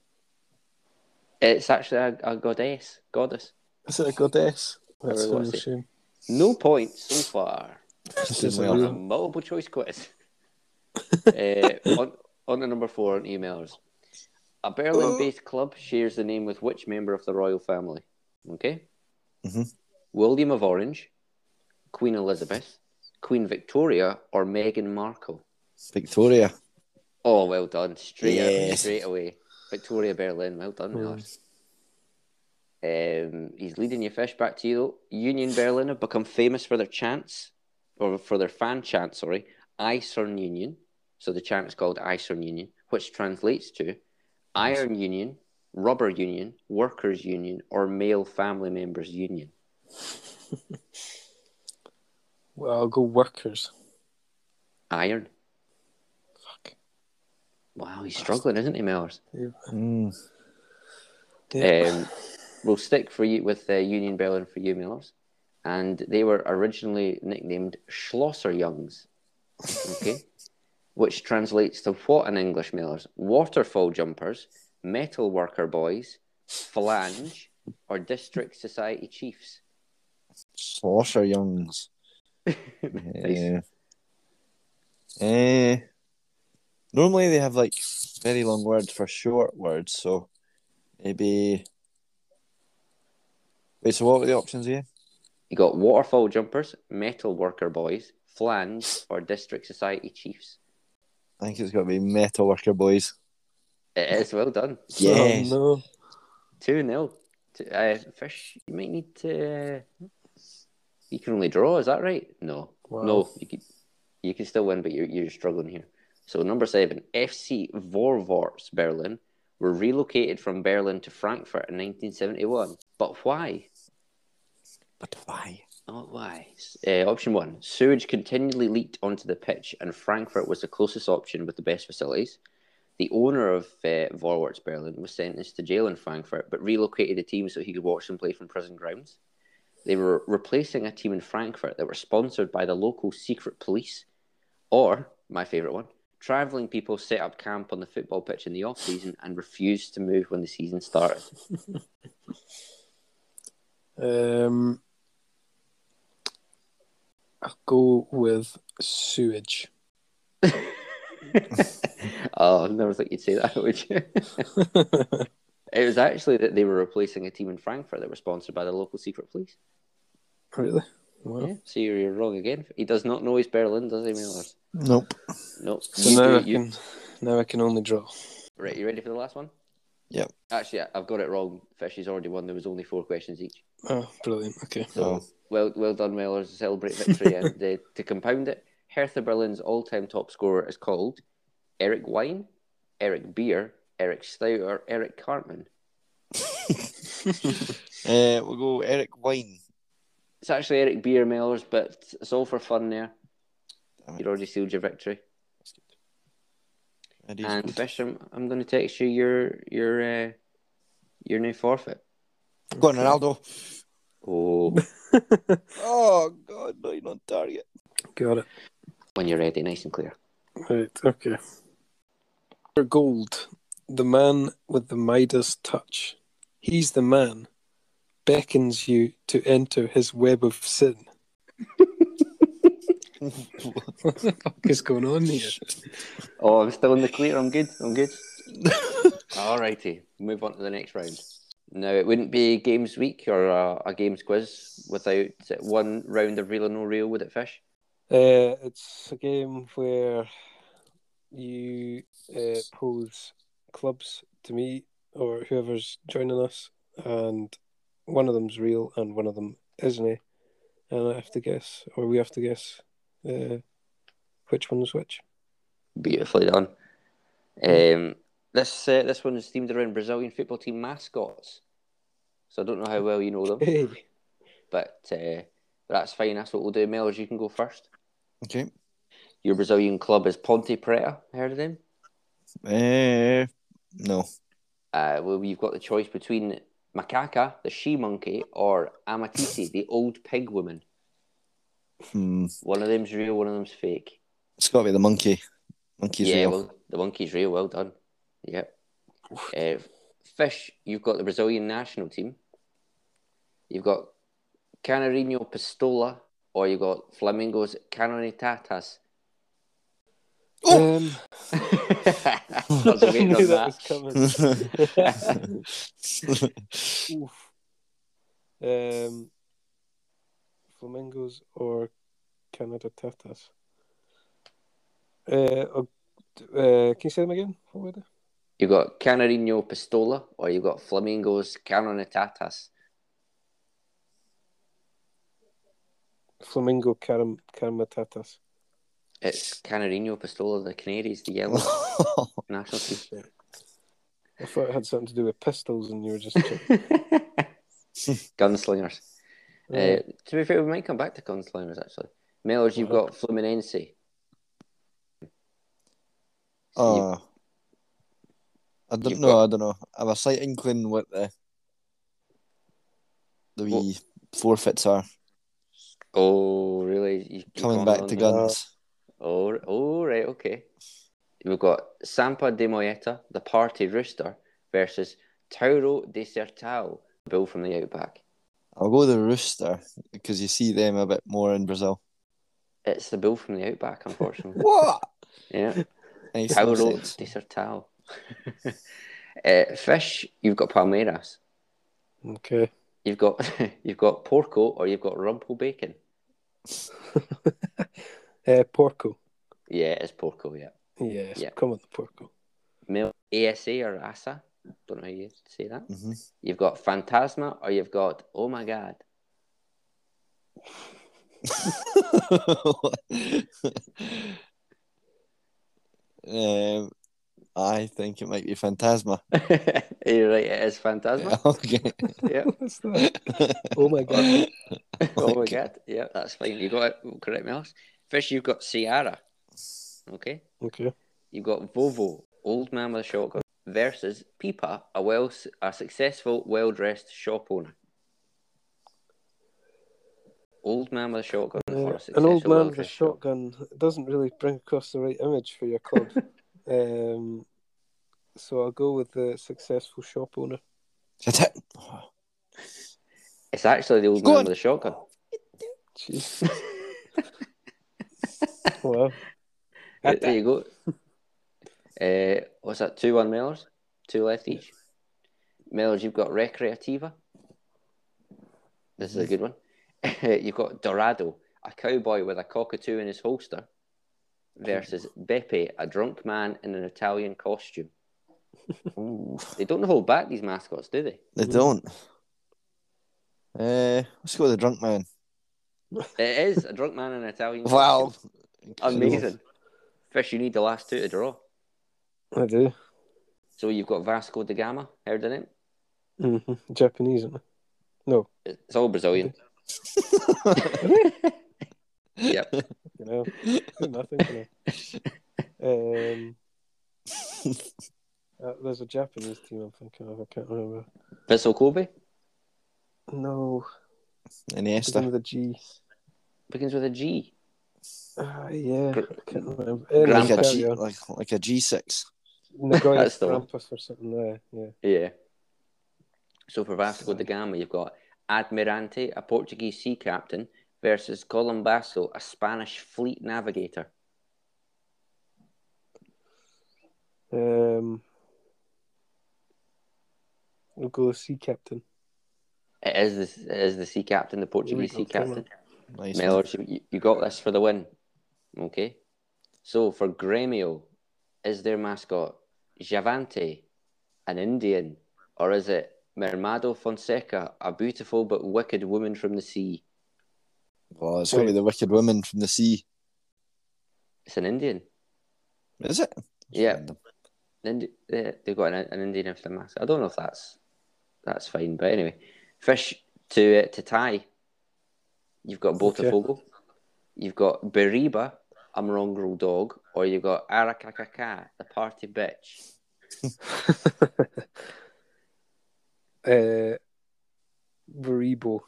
S1: It's actually a, a goddess. Goddess.
S2: Is it a goddess? That's
S1: Or was
S2: a
S1: it?
S2: shame.
S1: No points so far.
S2: Just
S3: Well,
S2: a
S1: A
S2: real-
S1: multiple choice quiz. uh, on, on to number four on emailers. A Berlin based club shares the name with which member of the royal family? Okay.
S3: Mhm.
S1: William of Orange, Queen Elizabeth, Queen Victoria, or Meghan Markle?
S3: Victoria.
S1: Oh, well done. Straight,
S3: Yes.
S1: straight away. Victoria Berlin. Well done,
S2: Hmm.
S1: Miller. Um, he's leading your fish back to you. though. Union Berlin have become famous for their chants, or for their fan chant, sorry, Eisern Union. So the chant is called Eisern Union, which translates to Iron Union, Rubber Union, Workers Union, or Male Family Members Union.
S2: Well, I'll go workers.
S1: Iron.
S2: Fuck.
S1: Wow, he's struggling, isn't he, Mellors? Hmm.
S3: Mm.
S2: Yeah.
S1: Um, we'll stick for you with uh, Union Berlin for you, Millers, and they were originally nicknamed Schlosser Youngs, okay, which translates to what in English, Millers? Waterfall jumpers, metal worker boys, phalange, or district society chiefs.
S3: Slosher Youngs. Yeah. Eh, normally they have like very long words for short words, so maybe. Wait, so what were the options here?
S1: You got waterfall jumpers, metal worker boys, phalange, or district society chiefs.
S3: I think it's got to be Metal Worker Boys.
S1: It is well done.
S3: Yes.
S2: Oh,
S1: Two 0 uh, Fish, you might need to. You can only draw. Is that right? No,
S2: Wow.
S1: no. You can, you can still win, but you're you're struggling here. So number seven, FC Vorwärts Berlin were relocated from Berlin to Frankfurt in 1971. But why?
S3: But why?
S1: Oh, why? Uh, option one sewage continually leaked onto the pitch, and Frankfurt was the closest option with the best facilities. The owner of uh, Vorwärts Berlin was sentenced to jail in Frankfurt, but relocated the team so he could watch them play from prison grounds. They were replacing a team in Frankfurt that were sponsored by the local secret police, or, my favourite one, travelling people set up camp on the football pitch in the off season and refused to move when the season started.
S2: no. Um, I'll go with sewage.
S1: Oh, I never thought you'd say that, would you? it was actually that they were replacing a team in Frankfurt that were sponsored by the local secret police.
S2: Really? Wow.
S1: Yeah, so you're, you're wrong again. He does not know he's Berlin, does he, Millers?
S3: Nope.
S1: No.
S2: So
S1: You
S2: now I
S1: do- you-
S2: can now I can only draw.
S1: Right, you ready for the last one?
S3: Yep.
S1: Actually, I- I've got it wrong. Fish has already won. There was only four questions each.
S2: Oh, brilliant. Okay.
S1: So
S3: Oh.
S1: well, well done, Mellors. Celebrate victory and uh, to compound it, Hertha Berlin's all-time top scorer is called Eric Wine, Eric Beer, Eric Stout, or Eric Cartman.
S3: eh, Uh, we'll go Eric Wine.
S1: It's actually Eric Biermeyer's, but it's all for fun there.
S3: Damn it.
S1: You'd already sealed your victory.
S3: And he's
S1: and
S3: good.
S1: Bisham, I'm going to text you your your uh, your new forfeit.
S3: Go on, Ronaldo.
S1: Oh,
S3: Oh God, no, you're on target.
S2: Got it.
S1: when you're ready, nice and clear.
S2: Right, okay. For gold, the man with the Midas touch. He's the man beckons you to enter his web of sin. what the fuck is going on here?
S1: Oh, I'm still in the clear. I'm good. I'm good. Alrighty, move on to the next round. Now, it wouldn't be games week or a, a games quiz without one round of real or no real, would it, Fish?
S2: Uh, it's a game where you uh, pose clubs to me or whoever's joining us, and one of them's real and one of them isn't. eh? And I have to guess, or we have to guess, uh, which one's which.
S1: Beautifully done. Um, this uh, this one's themed around Brazilian football team mascots. So I don't know how well you know them,
S2: Hey,
S1: but uh, that's fine. That's what we'll do. Mellors, you can go first.
S3: Okay.
S1: Your Brazilian club is Ponte Preta. Heard of them?
S3: Eh, no.
S1: Uh, well, you've got the choice between Macaca, the she monkey, or Amatisi, the old pig woman.
S3: Hmm.
S1: One of them's real, one of them's fake.
S3: It's got to be the monkey. Monkey's
S1: yeah,
S3: real.
S1: Well, the monkey's real. Well done. Yep. Uh, Fish, you've got the Brazilian national team. You've got Canarinho Pistola, or you've got Flamingos Canonitatas.
S3: Oh!
S2: um,
S1: Lots of
S2: I
S1: weight
S2: knew
S1: on
S2: that was
S1: that.
S2: coming.
S3: Flamingos
S2: Oof. Um, flamingos or Canada tatas? Uh, oh, d- uh, can you say them again? What were they?
S1: You've got Canarinho Pistola, or you've got Flamingos Canonitatas.
S2: Flamingo caram caramatatas.
S1: It's Canarinho Pistola, the Canaries, the yellow national team.
S2: I thought it had something to do with pistols, and you were just. Checking.
S1: Gunslingers. Uh, to be fair, we might come back to Gunslingers actually. Mellors, you've got Fluminense.
S3: oh. I
S1: You've
S3: don't know.
S1: got-
S3: I don't know. I'm a slight inkling what the the wee
S1: What-
S3: forfeits are
S1: Oh, really? You- you've
S3: coming
S1: gone
S3: back
S1: on
S3: to
S1: the-
S3: guns.
S1: Oh, r- oh, right, okay. We've got Sampa de Moeta, the party rooster, versus Tauro de Sertao, Bill from the Outback.
S3: I'll go the rooster because you see them a bit more in Brazil.
S1: It's the Bill from the Outback, unfortunately.
S3: What?
S1: yeah,
S3: Nice.
S1: Tauro de
S3: sense.
S1: Sertao. uh, Fish, you've got Palmeiras.
S2: okay.
S1: You've got you've got Porco or you've got Rumpel Bacon.
S2: Uh, porco.
S1: Yeah, it's Porco. Yeah,
S2: Yes.
S1: Yeah.
S2: Come on, the porco.
S1: Male ASA or ASA. Don't know how you say that.
S3: Mhm.
S1: You've got Phantasma or you've got Oh my God.
S3: um, I think it might be Phantasma.
S1: You're right. It is Phantasma.
S3: Okay.
S1: Yeah.
S2: What's that? Oh my god.
S1: oh my God. Yeah, that's fine. You got it. Correct me else. Fish. You've got Ciara. Okay.
S2: Okay.
S1: You've got Vovo, old man with a shotgun, versus Pipa, a well, a successful, well dressed shop owner. Old man with a shotgun.
S2: Uh,
S1: or a
S2: an
S1: successful
S2: old man with a
S1: well-dressed shop-
S2: shotgun doesn't really bring across the right image for your club. um, so I'll go with the successful shop owner.
S3: Shut it.
S1: It's actually the old
S3: Go
S1: man
S3: on.
S1: with a shotgun.
S2: Jeez. wow.
S1: Yeah, there you go. uh, what's that? Two one Mellors, two left each. Mellors, you've got Recreativa. This is a good one. you've got Dorado, a cowboy with a cockatoo in his holster, versus Beppe, a drunk man in an Italian costume.
S3: Ooh,
S1: They don't hold back these mascots, do they?
S3: they don't. Uh, let's go with the drunk man.
S1: It is a drunk man in an Italian.
S3: Wow.
S1: costume. amazing. Fish, you need the last two to draw.
S2: I do.
S1: So you've got Vasco da Gama. Heard the name?
S2: hmm Mm-hmm. Japanese, isn't it?
S1: It's all Brazilian. Yep.
S2: You know, nothing. You know. Um, uh, there's a Japanese team I'm thinking of. I can't remember.
S1: Bissell Kobe
S2: No, it's
S3: Iniesta.
S2: with a G.
S1: begins with a G.
S2: Uh, yeah, I can't remember.
S3: Like a,
S1: Grampus.
S3: G, like, like a G6.
S2: Nagoya
S1: That's the one.
S2: Grampus or something there. Yeah.
S1: Yeah. So for Vasco da Gama, you've got Admirante, a Portuguese sea captain, versus Colombasso, a Spanish fleet navigator.
S2: Um, we'll go with sea captain.
S1: It is the, it is the sea captain, the Portuguese sea
S2: Okay,
S1: captain.
S3: Nice. one.
S1: Mellors, you, you got this for the win. Okay. So for Grêmio, is their mascot Javante, an Indian, or is it Mermado Fonseca, a beautiful but wicked woman from the sea?
S3: Well, it's going to be the Wicked Woman from the Sea.
S1: It's an Indian.
S3: Is it?
S1: Yeah.
S3: Random.
S1: Indi- they- they've got an, an Indian for the mask. I don't know if that's that's fine, but anyway, fish to uh, to tie. You've got
S2: Okay.
S1: Botafogo, you've got Beriba, a mongrel dog, or you've got Arakakaka, the party bitch.
S2: uh, Baribo,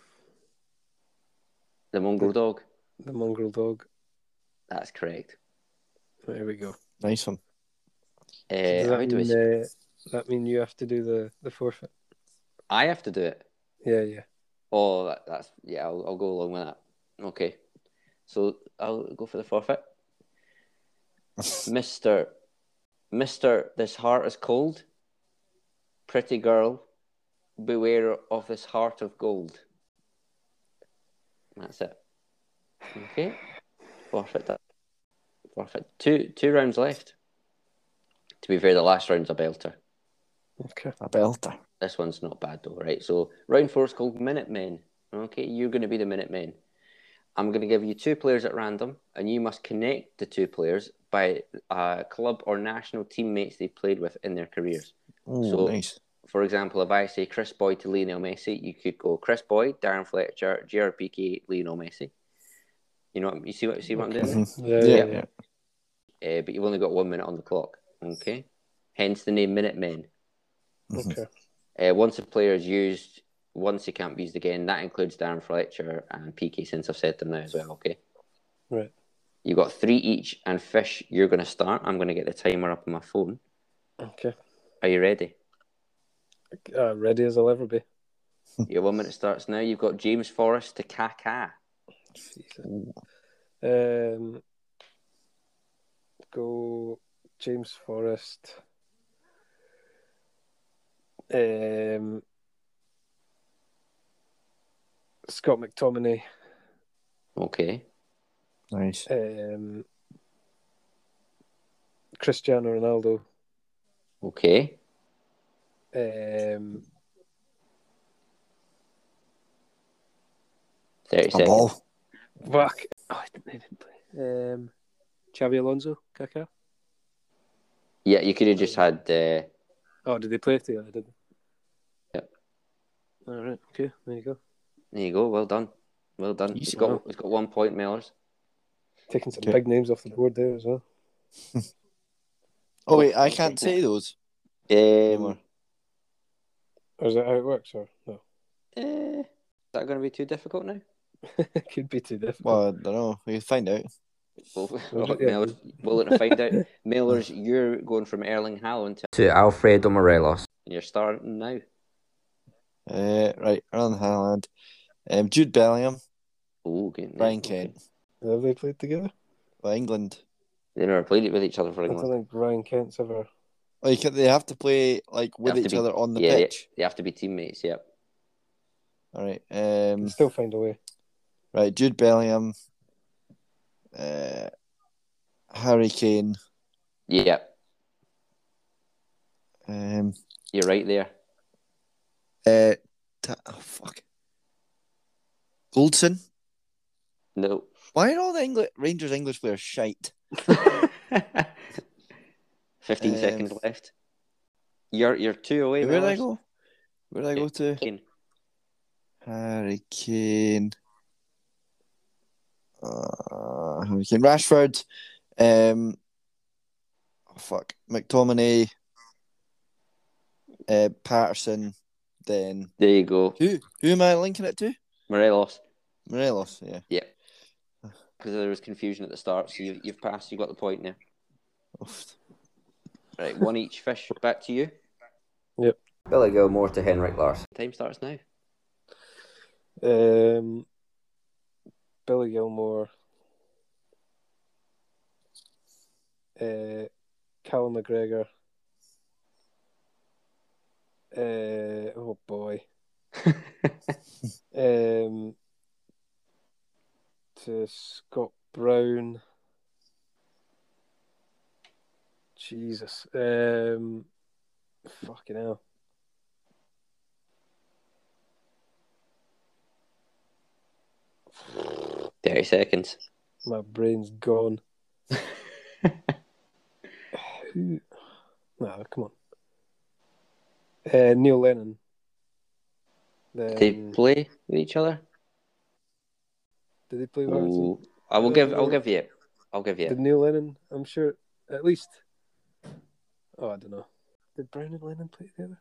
S1: The mongrel dog.
S2: the mongrel dog.
S1: That's correct.
S2: There we go.
S3: Nice one.
S1: Uh,
S2: Does
S1: how
S2: that,
S1: do we?
S2: mean, uh, that mean you have to do the, the forfeit?
S1: I have to do it.
S2: Yeah, yeah.
S1: Oh, that, that's yeah. I'll, I'll go along with that. Okay, so I'll go for the forfeit. Mister, Mister, this heart is cold. Pretty girl, beware of this heart of gold. That's it. Okay, forfeit that. Forfeit. Two two rounds left. To be fair, the last round's a belter.
S2: Okay.
S3: A belter.
S1: This one's not bad though, right? So round four is called Minutemen. Okay, you're going to be the Minutemen. I'm going to give you two players at random, and you must connect the two players by uh, club or national teammates they played with in their careers.
S3: Oh,
S1: So-
S3: nice.
S1: For example, if I say Chris Boyd to Lionel Messi, you could go Chris Boyd, Darren Fletcher, GRPK, Lionel Messi. You know, what, you see what you see what I'm doing.
S3: Mhm.
S2: Yeah,
S3: Yeah.
S2: yeah.
S3: yeah.
S1: Uh, but you've only got one minute on the clock. Okay, hence the name Minutemen.
S2: Okay.
S1: Uh, once a player is used, once he can't be used again, that includes Darren Fletcher and PK since I've said them now as well, okay?
S2: Right.
S1: You got three each, and Fish, you're going to start. I'm going to get the timer up on my phone.
S2: Okay.
S1: Are you ready?
S2: Uh, ready as I'll ever be.
S1: Your one minute starts now. You've got James Forrest to Kaká.
S2: Jesus.
S3: Ooh.
S2: Um, go James Forrest. Um, Scott McTominay.
S1: Okay.
S3: Nice.
S2: Um, Cristiano Ronaldo.
S1: Okay.
S2: Um,
S1: 30
S3: A
S1: seconds.
S3: ball.
S2: fuck. Oh, I didn't, I didn't play. Um, Xavi Alonso, Kaká.
S1: Yeah, you could have just had. Uh,
S2: Oh, did they play together? Did they?
S1: Yep.
S2: All right. Okay. There you go.
S1: there you go. Well done. Well done.
S3: Easy
S1: He's got,
S2: one.
S1: he's got one point, Mellors.
S2: Taking some
S3: Okay.
S2: big names off the board there as well.
S3: Oh, wait, I can't say those
S1: Um,
S3: anymore.
S2: Or is that how it works? Or no?
S1: eh, is that going to be too difficult now?
S2: Could be too difficult.
S3: Well, I don't know. We can find out.
S1: Well,
S2: Well,
S1: well,
S2: yeah.
S1: Millers, we'll let her find out. Millers, you're going from Erling Haaland to, to Alfredo Morelos. You're starting now.
S3: Uh, right, Erling Haaland. Um, Jude Bellingham,
S1: Oh, good.
S3: Brian
S1: Okay.
S3: Kent.
S2: Have they played together?
S3: Well, England.
S1: They never played it with each other for
S2: I don't
S1: England.
S2: think Ryan Kent's ever.
S3: Like they have to play like with
S1: have to
S3: each
S1: be-
S3: other on the
S1: Yeah, yeah.
S3: pitch.
S1: They have to be teammates. Yep.
S3: All right. Um,
S2: Can still find a way.
S3: right, Jude Bellingham. Uh, Harry Kane.
S1: Yep.
S3: Um,
S1: You're right there.
S3: uh, ta- oh fuck. Goldson.
S1: No.
S3: Why are all the Engli- Rangers English players shite?
S1: Fifteen
S3: Um,
S1: seconds left. You're you're two away.
S3: Where did I
S1: Millers.
S3: go? Where did I go to?
S1: Kane.
S3: Harry Kane. Uh, Hurricane Rashford. Um, oh, fuck. McTominay. Uh, Patterson. Then
S1: There you go.
S3: who who am I linking it to?
S1: Morelos,
S3: Morelos. Yeah.
S1: because there was confusion at the start, so you, you've passed, you got the point now.
S3: Oof.
S1: Right, one each fish. Back to you.
S2: Yep.
S1: Billy Gilmore to Henrik Larsson. Time starts now.
S2: Um, Billy Gilmore, uh, Cal McGregor. Uh, oh boy. um, to Scott Brown. Jesus. Um, fucking hell.
S1: Thirty seconds.
S2: My brain's gone. Who? No, come on. Uh, Neil Lennon. Um, Then,
S1: They play with each other.
S2: did they play Warrington?
S1: Ooh. I will give.
S2: Uh,
S1: I'll give you. it. I'll give you.
S2: Did
S1: it.
S2: Neil Lennon? I'm sure at least. Oh, I don't know. Did Brown and Lennon play together?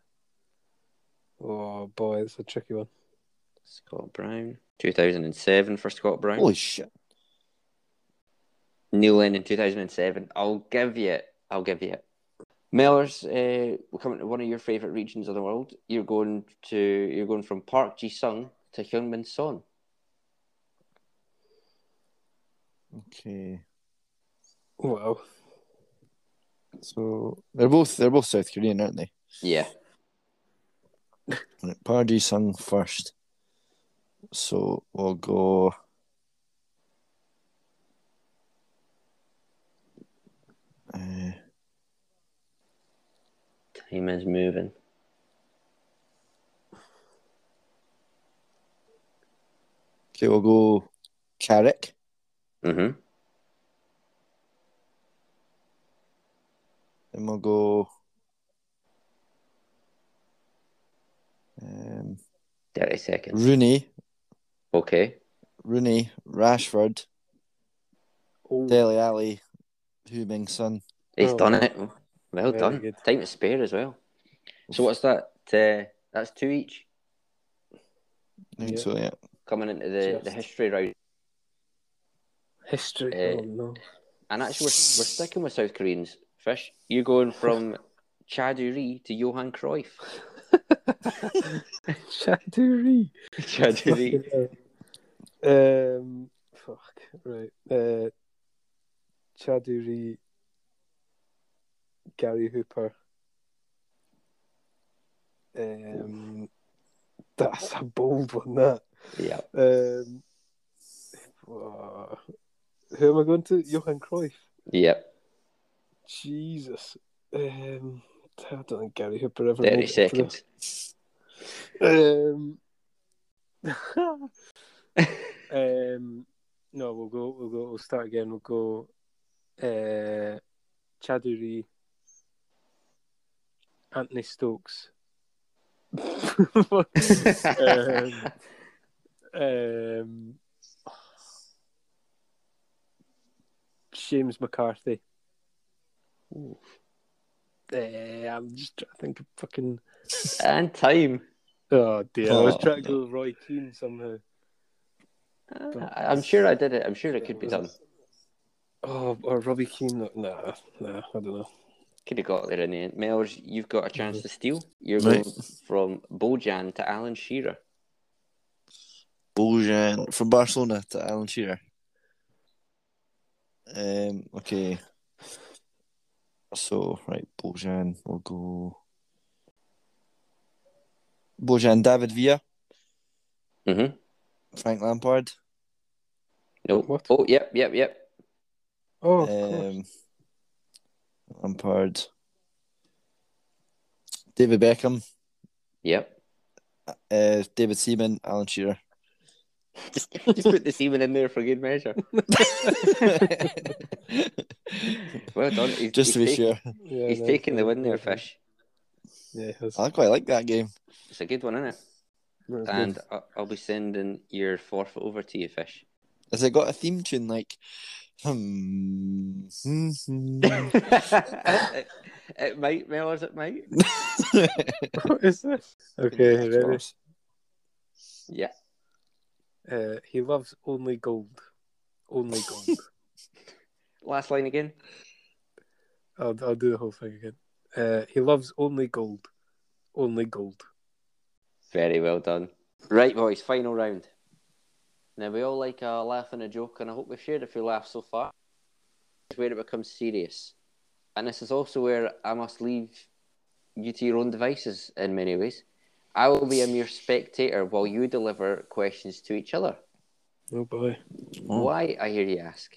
S2: Oh boy, it's a tricky one.
S1: Scott Brown, two thousand and seven for Scott Brown.
S3: Holy shit.
S1: Neil Lennon, two thousand and seven. I'll give you. it. I'll give you. it. Mellors, uh, we're coming to one of your favorite regions of the world. You're going to. You're going from Park Ji Sung to Hyungmin Son.
S3: Okay.
S2: Wow.
S3: So they're both they're both South Korean, aren't they?
S1: Yeah.
S3: Right, Pardy sung first. So we'll go. Uh,
S1: Time is moving.
S3: okay, we'll go Carrick,
S1: hmm
S3: and we'll go. Um,
S1: Thirty seconds.
S3: Rooney,
S1: Okay.
S3: Rooney, Rashford,
S2: Oh,
S3: Deli Ali, Hu Ming Sun.
S1: He's
S2: Oh,
S1: done
S2: wow.
S1: it. Well
S2: Very
S1: done.
S2: good.
S1: Time to spare as well. So what's that? Uh, that's two each
S3: I think
S2: Yeah.
S3: So yeah,
S1: coming into the, the
S2: Just-
S1: history round.
S2: history.
S1: Eh,
S2: oh no.
S1: And actually, we're, we're sticking with South Koreans. Fish, you're going from Chaduri to Johan Cruyff.
S2: Chaduri.
S1: Chaduri.
S2: um, fuck. Right. Uh, Chaduri. Gary Hooper. Um, that's a bold one. That.
S1: yeah.
S2: Um, uh, who am I going to? Johan Cruyff.
S1: Yeah.
S2: Jesus. Um, I don't think Gary Hooper ever. made
S1: Thirty
S2: it to the-
S1: seconds.
S2: Um, um, no, we'll go. We'll go. We'll start again. We'll go. Uh, Chaduri, Anthony Stokes, Um, um, James McCarthy. Eh, I'm just trying to think of fucking.
S1: and time.
S2: Oh dear! I was
S3: Oh,
S2: trying to go Roy Keane somehow.
S1: I- I'm sure I did it. I'm sure it could be done.
S2: Oh, or Robbie Keane? No, no, no, I don't know.
S1: Could have got there in the end. Mellors, you've got a chance to steal. You're
S3: Right.
S1: going from Bojan to Alan Shearer.
S3: Bojan from Barcelona to Alan Shearer. Um. Okay. So right, Bojan. We'll go. Bojan, David Villa,
S1: Mm-hmm.
S3: Frank Lampard.
S1: Nope.
S2: What?
S1: Oh, yep, yep, yep.
S2: Oh, of course.
S3: Um, Lampard. David Beckham,
S1: Yep.
S3: uh, David Seaman, Alan Shearer.
S1: Just, just put the semen in there for good measure. Well done. He's,
S3: Just to be
S1: he's take-
S3: sure.
S2: yeah,
S1: He's
S2: no,
S1: taking the
S2: yeah,
S1: win there,
S2: yeah,
S1: Fish.
S2: Yeah, that's,
S3: I quite like that game.
S1: It's a good one, isn't it?
S2: that's good.
S1: And I- I'll be sending your forfeit over to you, Fish.
S3: Has it got a theme tune like? Hmm. hmm, hmm.
S1: it, it might, Mellors, it might.
S2: What is this? Okay, ready?
S3: Xbox.
S1: Yeah.
S2: Uh, he loves only gold. Only gold.
S1: Last line again.
S2: I'll, I'll do the whole thing again. Uh, he loves only gold. Only gold.
S1: Very well done. Right, boys, final round. Now, we all like a laugh and a joke, and I hope we've shared a few laughs so far. It's where it becomes serious. And this is also where I must leave you to your own devices in many ways. I will be a mere spectator while you deliver questions to each other.
S2: Oh boy.
S3: Oh.
S1: Why, I hear you ask?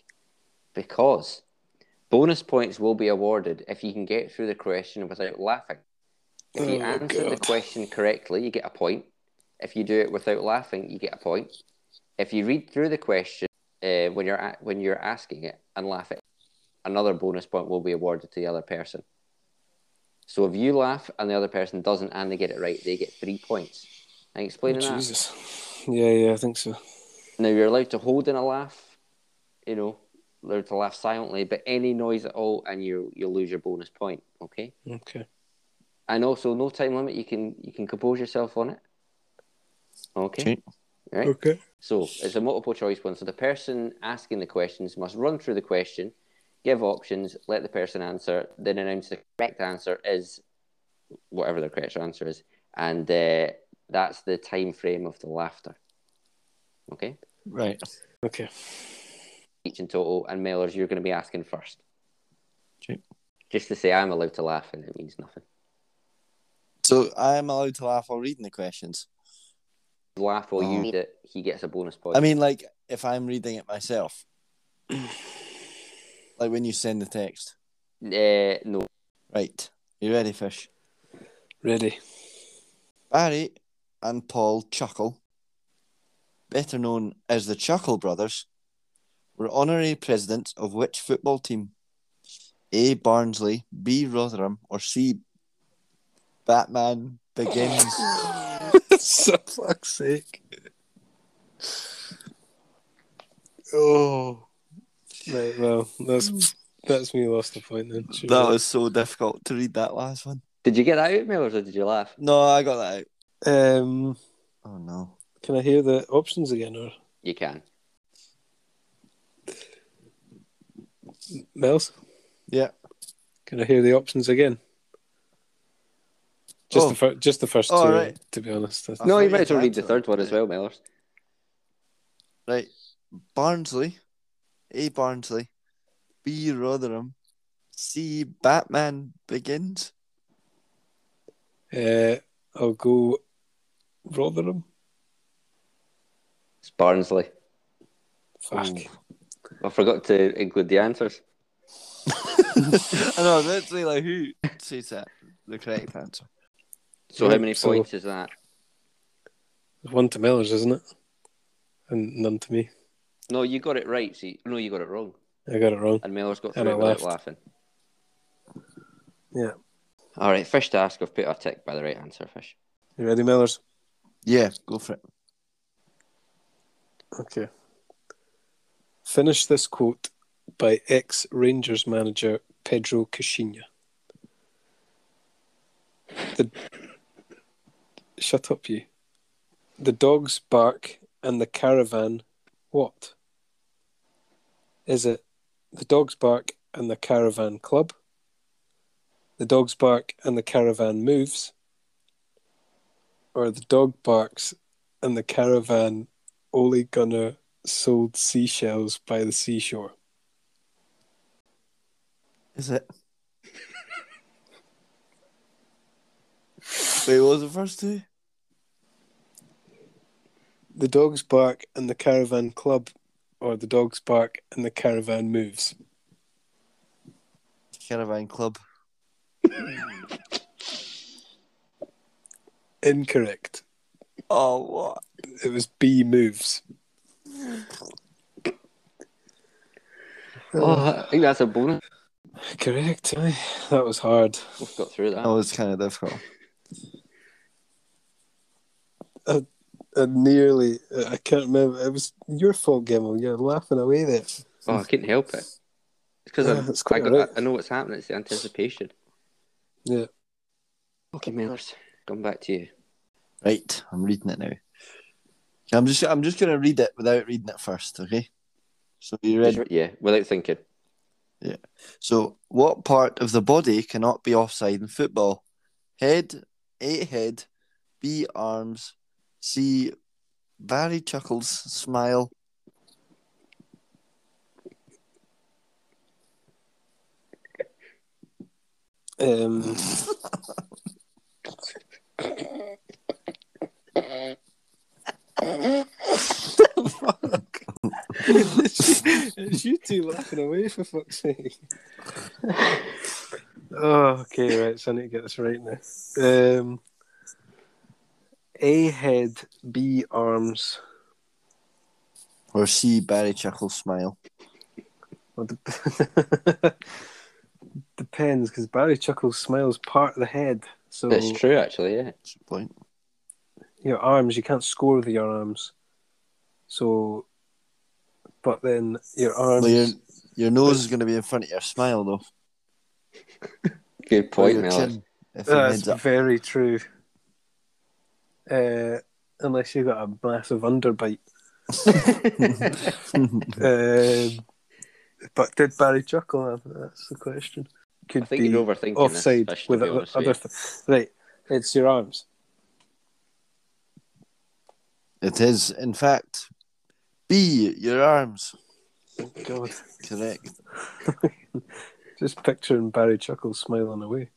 S1: Because bonus points will be awarded if you can get through the question without laughing. If you
S2: Oh,
S1: answer the
S2: God.
S1: question correctly, you get a point. If you do it without laughing, you get a point. If you read through the question uh, when you're a- when you're asking it and laugh at it, another bonus point will be awarded to the other person. So if you laugh and the other person doesn't and they get it right, they get three points. I
S2: Oh,
S1: explaining that.
S2: Jesus. Yeah, yeah, I think so.
S1: Now you're allowed to hold in a laugh, you know, allowed to laugh silently, but any noise at all, and you you'll lose your bonus point. Okay,
S2: Okay.
S1: and also no time limit. You can you can compose yourself on it. Okay,
S3: Okay.
S1: right.
S2: Okay.
S1: So it's a multiple choice one. So the person asking the questions must run through the question, give options, let the person answer, then announce the correct answer is whatever the correct answer is, and uh, that's the time frame of the laughter. Okay.
S3: Right.
S2: Okay.
S1: each in total, and Mellors, you're going to be asking first.
S3: Okay.
S1: Just to say, I'm allowed to laugh, and it means nothing.
S3: So I am allowed to laugh while reading the questions.
S1: Laugh while you
S3: Oh.
S1: read it, he gets a bonus point.
S3: I mean, like if I'm reading it myself, like when you send the text.
S1: uh, no,
S3: Right. You ready, fish?
S2: Ready.
S3: Barry and Paul Chuckle, better known as the Chuckle Brothers, were honorary presidents of which football team? A. Barnsley, B. Rotherham, or C. Batman Begins.
S2: so fuck's sake. Oh. Right, well, that's that's me lost the point then. Sure.
S3: that was so difficult to read that last one.
S1: did you get that out, Mellors, or did you laugh?
S3: No, I got that out.
S2: Um,
S3: Oh no.
S2: can I hear the options again, or
S1: You can.
S2: Mel's?
S3: Yeah.
S2: Can I hear the options again? Just
S3: Oh.
S2: the first, just the first two.
S3: Oh, right.
S2: To be honest, That's-
S3: I
S1: no,
S3: thought
S1: you
S3: you
S1: might as well
S3: had
S1: read the
S3: to.
S1: third one as well, Mellors.
S3: Right. Barnsley, A. Barnsley, B. Rotherham, C. Batman Begins.
S2: uh, I'll go Rotherham.
S1: It's Barnsley.
S2: Fuck.
S1: I forgot to include the answers.
S3: I know, literally, like, who says that? The correct answer.
S1: So how
S2: Right,
S1: many
S2: so-
S1: points is that?
S2: One to Miller's, isn't it? And none to me.
S1: No, you got it right. See, no, you got it wrong,
S2: I got it wrong.
S1: and Mellors got
S2: And
S1: through
S2: I
S1: without
S2: laughed.
S1: laughing.
S2: Yeah.
S1: All right, fish to ask. I've put a tick by the right answer, fish.
S2: You ready, Miller's?
S3: Yeah, go for it.
S2: Okay. Finish this quote by ex Rangers manager Pedro Cachinha. The... Shut up, you. The dogs bark and the caravan what? Is it the dogs bark and the caravan club? The dogs bark and the caravan moves? Or the dog barks and the caravan Ole Gunnar sold seashells by the seashore.
S3: Is it? Wait, what was the first two?
S2: The dogs bark and the caravan club, or the dogs bark and the caravan moves.
S3: Caravan Club.
S2: Incorrect.
S3: Oh, what?
S2: It was B moves.
S1: Oh, I think that's a bonus.
S2: Correct. Aye. That was hard.
S1: We've
S3: Oh,
S1: got through that.
S3: That was kind of difficult.
S2: I nearly, uh, I can't remember. It was your fault, Gimel. You're laughing away there.
S1: Oh, I couldn't help it. Because
S2: Yeah, it's
S1: I,
S2: quite
S1: got-
S2: alright.
S1: I know what's happening. It's the anticipation.
S2: Yeah.
S1: Okay, Millers, come back to you.
S3: Right, I'm reading it now. I'm just I'm just gonna read it without reading it first, okay? So you ready?
S1: Yeah, without thinking.
S3: So what part of the body cannot be offside in football? Head, A head, B arms, C Barry chuckles, smile.
S2: Um, Fuck. it's you two laughing away for fuck's sake. oh, okay, right. So I need to get this right now. Um, A head, B arms.
S3: Or C Barry chuckles, smile.
S2: Well, dep- depends, because Barry Chuckles smiles part of the head. So
S1: That's true, actually, yeah.
S3: That's the point.
S2: your arms, you can't score with your arms. So, but then your arms.
S3: Well, your, your nose is gonna be in front of your smile though.
S1: Good
S3: Or
S1: point,
S3: your
S1: Millers.
S3: chin, if your
S2: That's
S3: head's up.
S2: very true. Uh, unless you've got a massive underbite. Um, but did Barry Chuckle have that? That's the question. Could
S1: I think you're overthinking
S2: offside
S1: this.
S2: with
S1: with
S2: o- other th- right. It's your arms.
S3: It is, in fact, B your arms.
S2: God,
S3: Correct.
S2: just picturing Barry Chuckle smiling away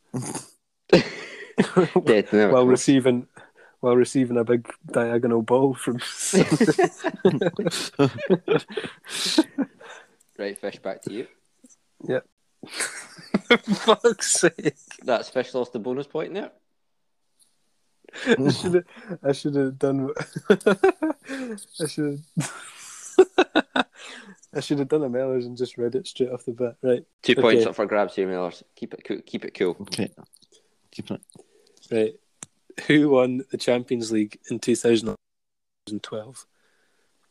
S1: Yeah, no,
S2: while
S1: come on.
S2: receiving while receiving a big diagonal ball from.
S1: Right, Fish, back to you.
S2: Fuck's sake!
S1: That's Fish lost the bonus point there.
S2: I should have. I should have done. I should. I should have done a Mellors and just read it straight off the bat. Right.
S1: Two points
S2: Okay.
S1: up for grabs here, Millers. Keep it cool. Keep it cool.
S3: Okay. Keep it.
S2: Right. Who won the Champions League in 2012?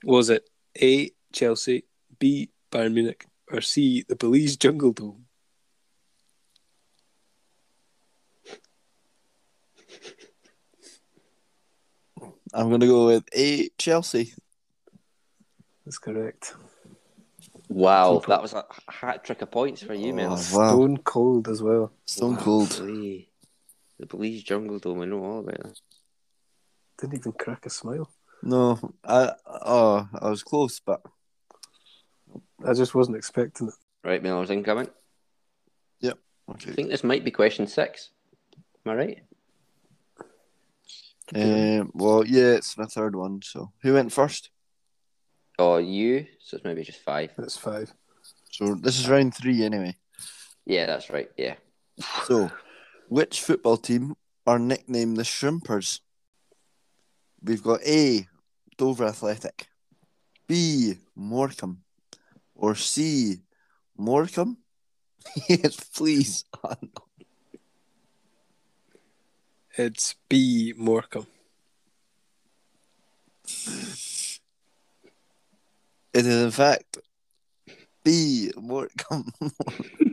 S2: Was it A. Chelsea, B. Bayern Munich, or C. the Belize Jungle Dome?
S3: I'm gonna go with A Chelsea.
S2: That's correct.
S1: Wow,
S2: Two
S1: that was a hat trick of points for you,
S3: Oh,
S1: Millers.
S3: Wow.
S2: Stone cold as well.
S3: Stone Cold.
S1: Golly. The Belize Jungle Dome, I know all about that.
S2: Didn't even crack a smile.
S3: No, I oh I was close, but
S2: I just wasn't expecting it.
S1: Right, Millers incoming. I
S3: okay.
S1: think this might be question six. Am I right?
S3: Um, well, yeah, it's my third one. So who went first?
S1: Or Oh, you, so it's maybe just five.
S2: That's five.
S3: So this is round three, anyway.
S1: Yeah, that's right. Yeah.
S3: So, which football team are nicknamed the Shrimpers? We've got A. Dover Athletic, B. Morecambe, or C. Morecambe. yes, please.
S2: It's B. Morecambe.
S3: It is in fact B. Morecambe.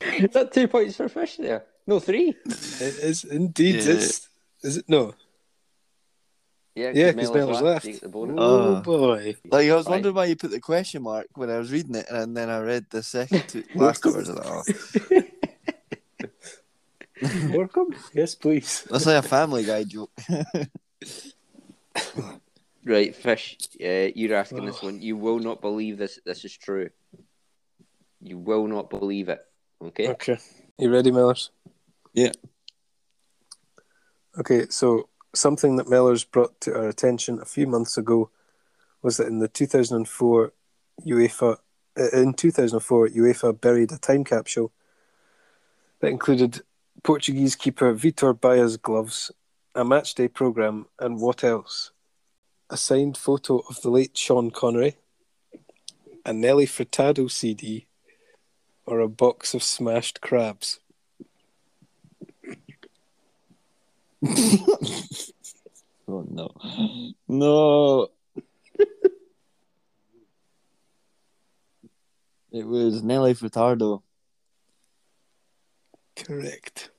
S1: Is that two points for Fish there? No, three.
S2: It is indeed.
S3: Yeah.
S2: It's, is it? No.
S1: Yeah,
S2: Yeah, 'cause
S1: Mellor's
S2: Mellor's left.
S1: you get the bonus.
S2: Oh,
S3: Oh.
S2: boy.
S3: Like I was
S1: Right.
S3: wondering why you put the question mark when I was reading it, and then I read the second two, last words. and I was Like, oh.
S2: Morecambe? Yes, please.
S3: That's like a Family Guy joke.
S1: Right, Fish, uh, you're asking this
S2: Oh.
S1: one. You will not believe this. This is true. You will not believe it. Okay?
S2: Okay. You ready, Mellors?
S3: Yeah.
S2: Okay, so something that Mellors brought to our attention a few months ago was that in the 2004 UEFA, uh, in 2004 UEFA buried a time capsule that included Portuguese keeper Vitor Baia's gloves, a matchday program, and what else? A signed photo of the late Sean Connery, a Nelly Furtado CD, or a box of smashed crabs?
S3: Oh, no. No. it was Nelly Furtado.
S2: Correct.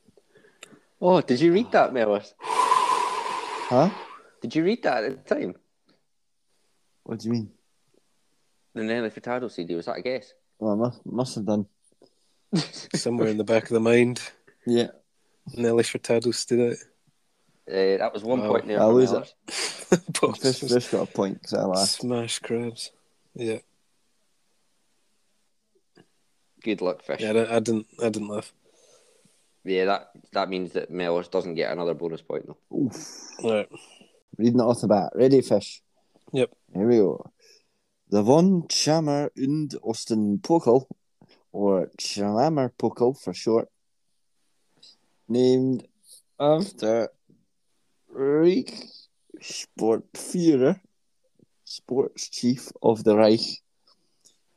S1: Oh, did you read that, Mellis?
S3: Huh?
S1: Did you read that at the time?
S3: What do you mean?
S1: The Nelly Furtado CD, was that a guess?
S3: Well, I must, must have done.
S2: Somewhere in the back of the mind,
S3: Yeah.
S2: Nelly Furtado stood
S1: Uh, that was one
S2: Wow.
S1: point there.
S3: I
S1: for
S3: lose
S1: Mellis.
S2: out.
S3: Fish, Fish got a point because I laughed.
S2: Smash crabs. Yeah,
S1: Good luck, Fish.
S2: yeah. I
S1: Yeah,
S2: don't- I didn't. I didn't laugh.
S1: that, that means that Mellis doesn't get another bonus point, though.
S3: Oof.
S2: All right.
S3: Reading it off the bat. Ready, Fish?
S2: Yep.
S3: Here we go. The Von Chammer und Osten Pokel, or Chammer Pokel for short, named after Reichssportführer, sports chief of the Reich.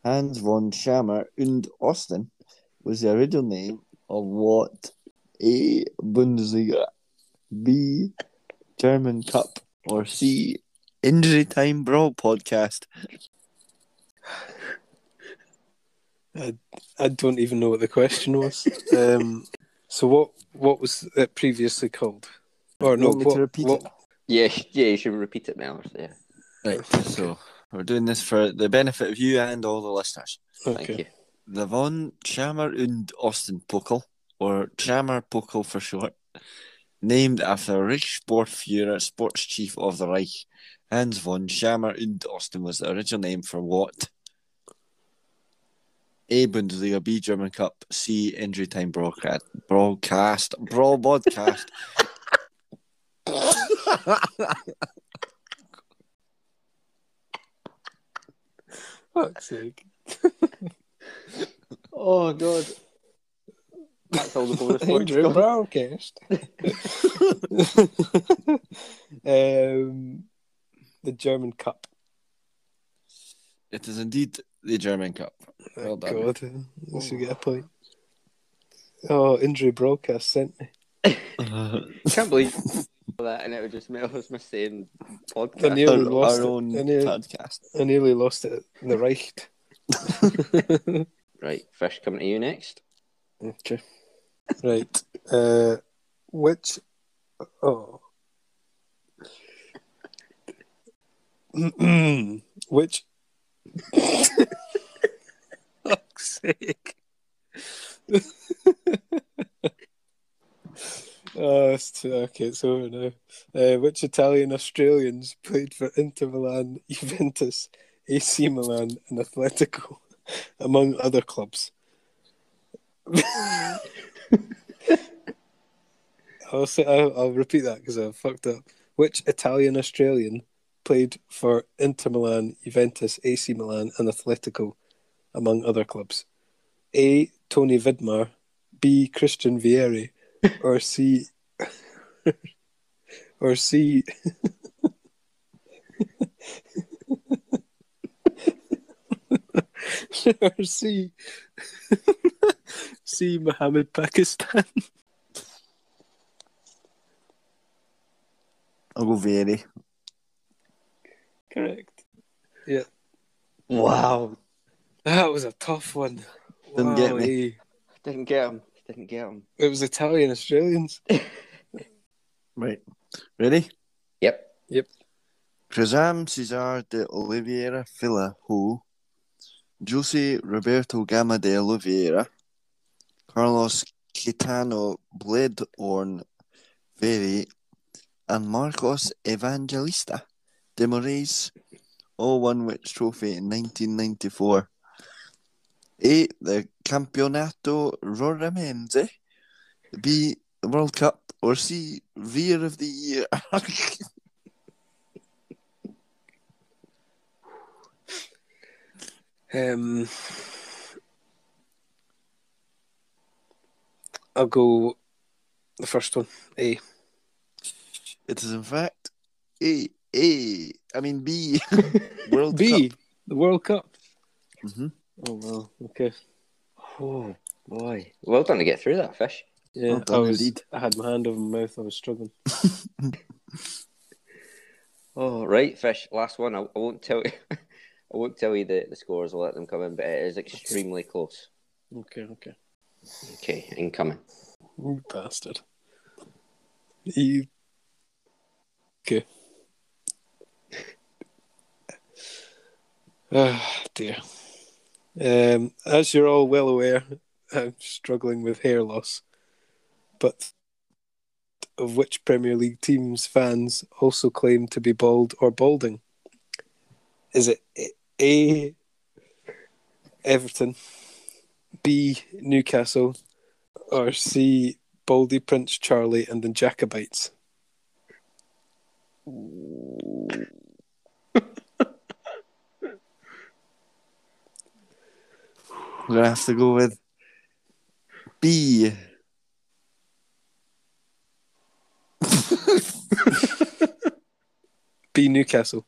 S3: Hans von Schammer und Osten was the original name of what? A. Bundesliga, B. German Cup, or C. Injury Time Brawl podcast.
S2: I don't even know what the question was. um, so what? What was it previously called? Or
S3: You
S2: no?
S3: want me to
S2: What,
S3: repeat
S2: what-
S3: it?
S1: Yeah, yeah, you should repeat it, Mellis. Yeah,
S3: Right, so we're doing this for the benefit of you and all the listeners.
S1: thank
S2: Okay.
S1: you.
S3: The Von Chammer und Austin Pokel, or Chammer Pokel for short, named after Reichssportführer, sports chief of the Reich. Hans von Schammer und Austin was the original name for what? A Bundesliga, B German Cup, C Injury Time Broadcast, Broadcast, Brawl Podcast.
S2: Fuck's sake.
S1: Oh, God. That's all the bonus points.
S2: Andrew
S1: gone.
S2: Broadcast. um, the German Cup.
S3: It is indeed the German Cup. Well
S2: Thank
S3: done.
S2: God. This should get a point. Oh, injury broadcast sent me.
S3: Uh,
S1: can't believe that, and it was just Mellis missing
S2: I
S1: podcast.
S2: knew- Nearly
S3: our,
S2: lost
S3: our
S2: it.
S3: own
S2: I nearly-
S3: podcast.
S2: I nearly lost it in the Reich.
S1: Right, Fish coming to you next.
S2: Okay. Right. Uh, which? Oh. which? Fuck's sake. oh, it's too, okay, it's over now. Uh, which Italian Australians played for Inter Milan, Juventus, AC Milan, and Atletico, among other clubs? I'll say I'll, I'll repeat that because I fucked up. Which Italian Australian played for Inter Milan, Juventus, AC Milan, and Atletico, among other clubs? A. Tony Vidmar, B. Christian Vieri, or C. or C. or C. C. Mohammed Pakistan.
S3: I'll go very.
S2: Correct.
S1: Wow.
S2: That was a tough one.
S3: Didn't get me.
S2: Wowee.
S1: Didn't get him. Didn't get him.
S2: It was Italian Australians.
S3: Right. Ready?
S1: Yep.
S3: Cruzam Cesar de Oliveira Fila Ho, Jose Roberto Gama de Oliveira, Carlos Quitano Bledorn Veri, and Marcos Evangelista de Moraes all won which trophy in 1994? A. The Campionato Roramense, B. The World Cup, or C. Rear of the Year?
S2: Um, I'll go the first one. A.
S3: It is in fact A A. I mean B. World
S2: B. The World Cup.
S3: Cup. Mhm.
S2: Oh well. Okay.
S1: Oh boy. Well done to get through that fish.
S2: Yeah.
S3: Well done
S2: I was.
S3: indeed.
S2: I had my hand over my mouth. I was struggling.
S1: Oh, right, Fish. Last one. I, I won't tell you. I won't tell you the, the scores. I'll let them come in, but it is extremely close.
S2: Okay, okay.
S1: Okay, incoming.
S2: You bastard. You. Okay. Ah, dear. Um, as you're all well aware, I'm struggling with hair loss. But of which Premier League team's fans also claim to be bald or balding? Is it A. Everton, B. Newcastle, or C. Baldy Prince Charlie and the Jacobites?
S3: We're gonna have to go with B.
S2: B. Newcastle.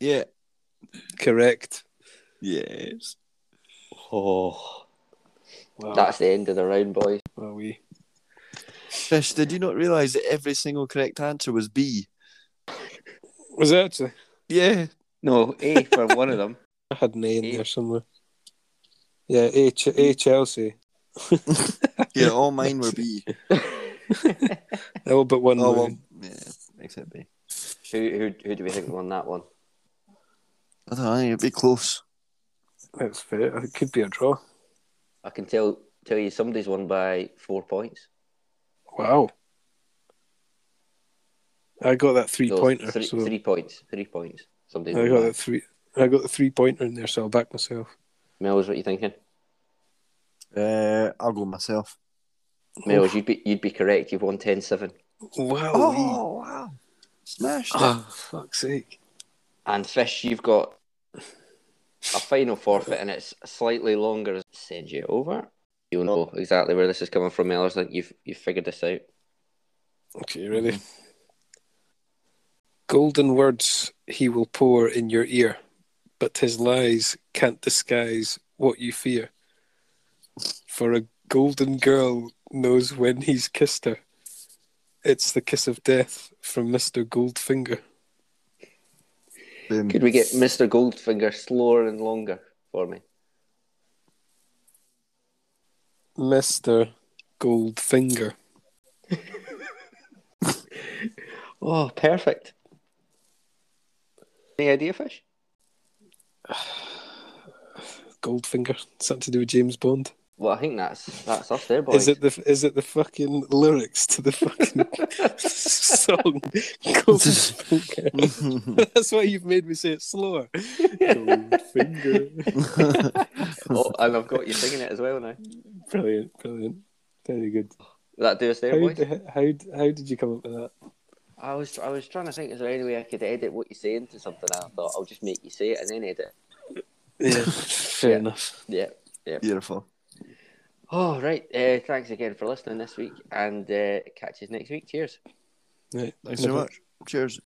S3: Yeah.
S2: Correct.
S3: Yes.
S1: Oh,
S2: Wow.
S1: that's the end of the round, boys.
S2: Well, we.
S3: Fish, did you not realise that every single correct answer was B?
S2: Was it actually?
S3: Yeah.
S1: No, A for one of them.
S2: I had an A in
S1: A.
S2: there somewhere. Yeah, A, Ch- A Chelsea.
S3: Yeah, all mine were B.
S2: A little bit one.
S3: Oh,
S2: more.
S3: well, yeah, except B.
S1: Who, who, who do we think won that one?
S3: I don't know, it'd be close.
S2: That's fair. It could be a draw.
S1: I can tell tell you somebody's won by four points.
S2: Wow. I got that three
S1: No,
S2: pointer.
S1: three,
S2: so
S1: three points. Three points. Somebody's
S2: I
S1: won
S2: got
S1: by.
S2: that three. I got the three pointer in there, so I'll back myself.
S1: Mel's what you thinking?
S3: Uh, I'll go myself.
S1: Mel's, you'd be you'd be correct. You've won 10-7.
S2: Wow.
S3: Oh,
S1: Oh.
S3: wow. Smashed. it.
S2: Oh, fuck's sake.
S1: And Fish, you've got a final forfeit, and it's slightly longer. Send you over. You'll know exactly where this is coming from, Mellors. I think you've you've figured this out.
S2: Okay, you ready? Golden words he will pour in your ear, but his lies can't disguise what you fear. For a golden girl knows when he's kissed her. It's the kiss of death from Mr. Goldfinger.
S3: Boom.
S1: Could we get Mr. Goldfinger slower and longer for me?
S2: Mr. Goldfinger.
S1: Oh, perfect. Any idea, Fish?
S2: Goldfinger. Something to do with James Bond.
S1: Well, I think that's that's us there, boys.
S2: Is it the is it the fucking lyrics to the fucking song Goldfinger? That's why you've made me say it slower. Goldfinger.
S1: oh, and I've got you singing it as well now.
S2: Brilliant, brilliant. Very good.
S1: That do us there,
S2: How,
S1: boys.
S2: d- how, how did you come up with that?
S1: I was I was trying to think, is there any way I could edit what you're saying to something? And I thought I'll just make you say it and then edit.
S2: Yeah, fair enough.
S1: Yeah.
S3: Beautiful.
S1: Oh right. Uh, thanks again for listening this week, and uh, catch us next week. Cheers.
S2: Right.
S3: Thanks so much. Cheers.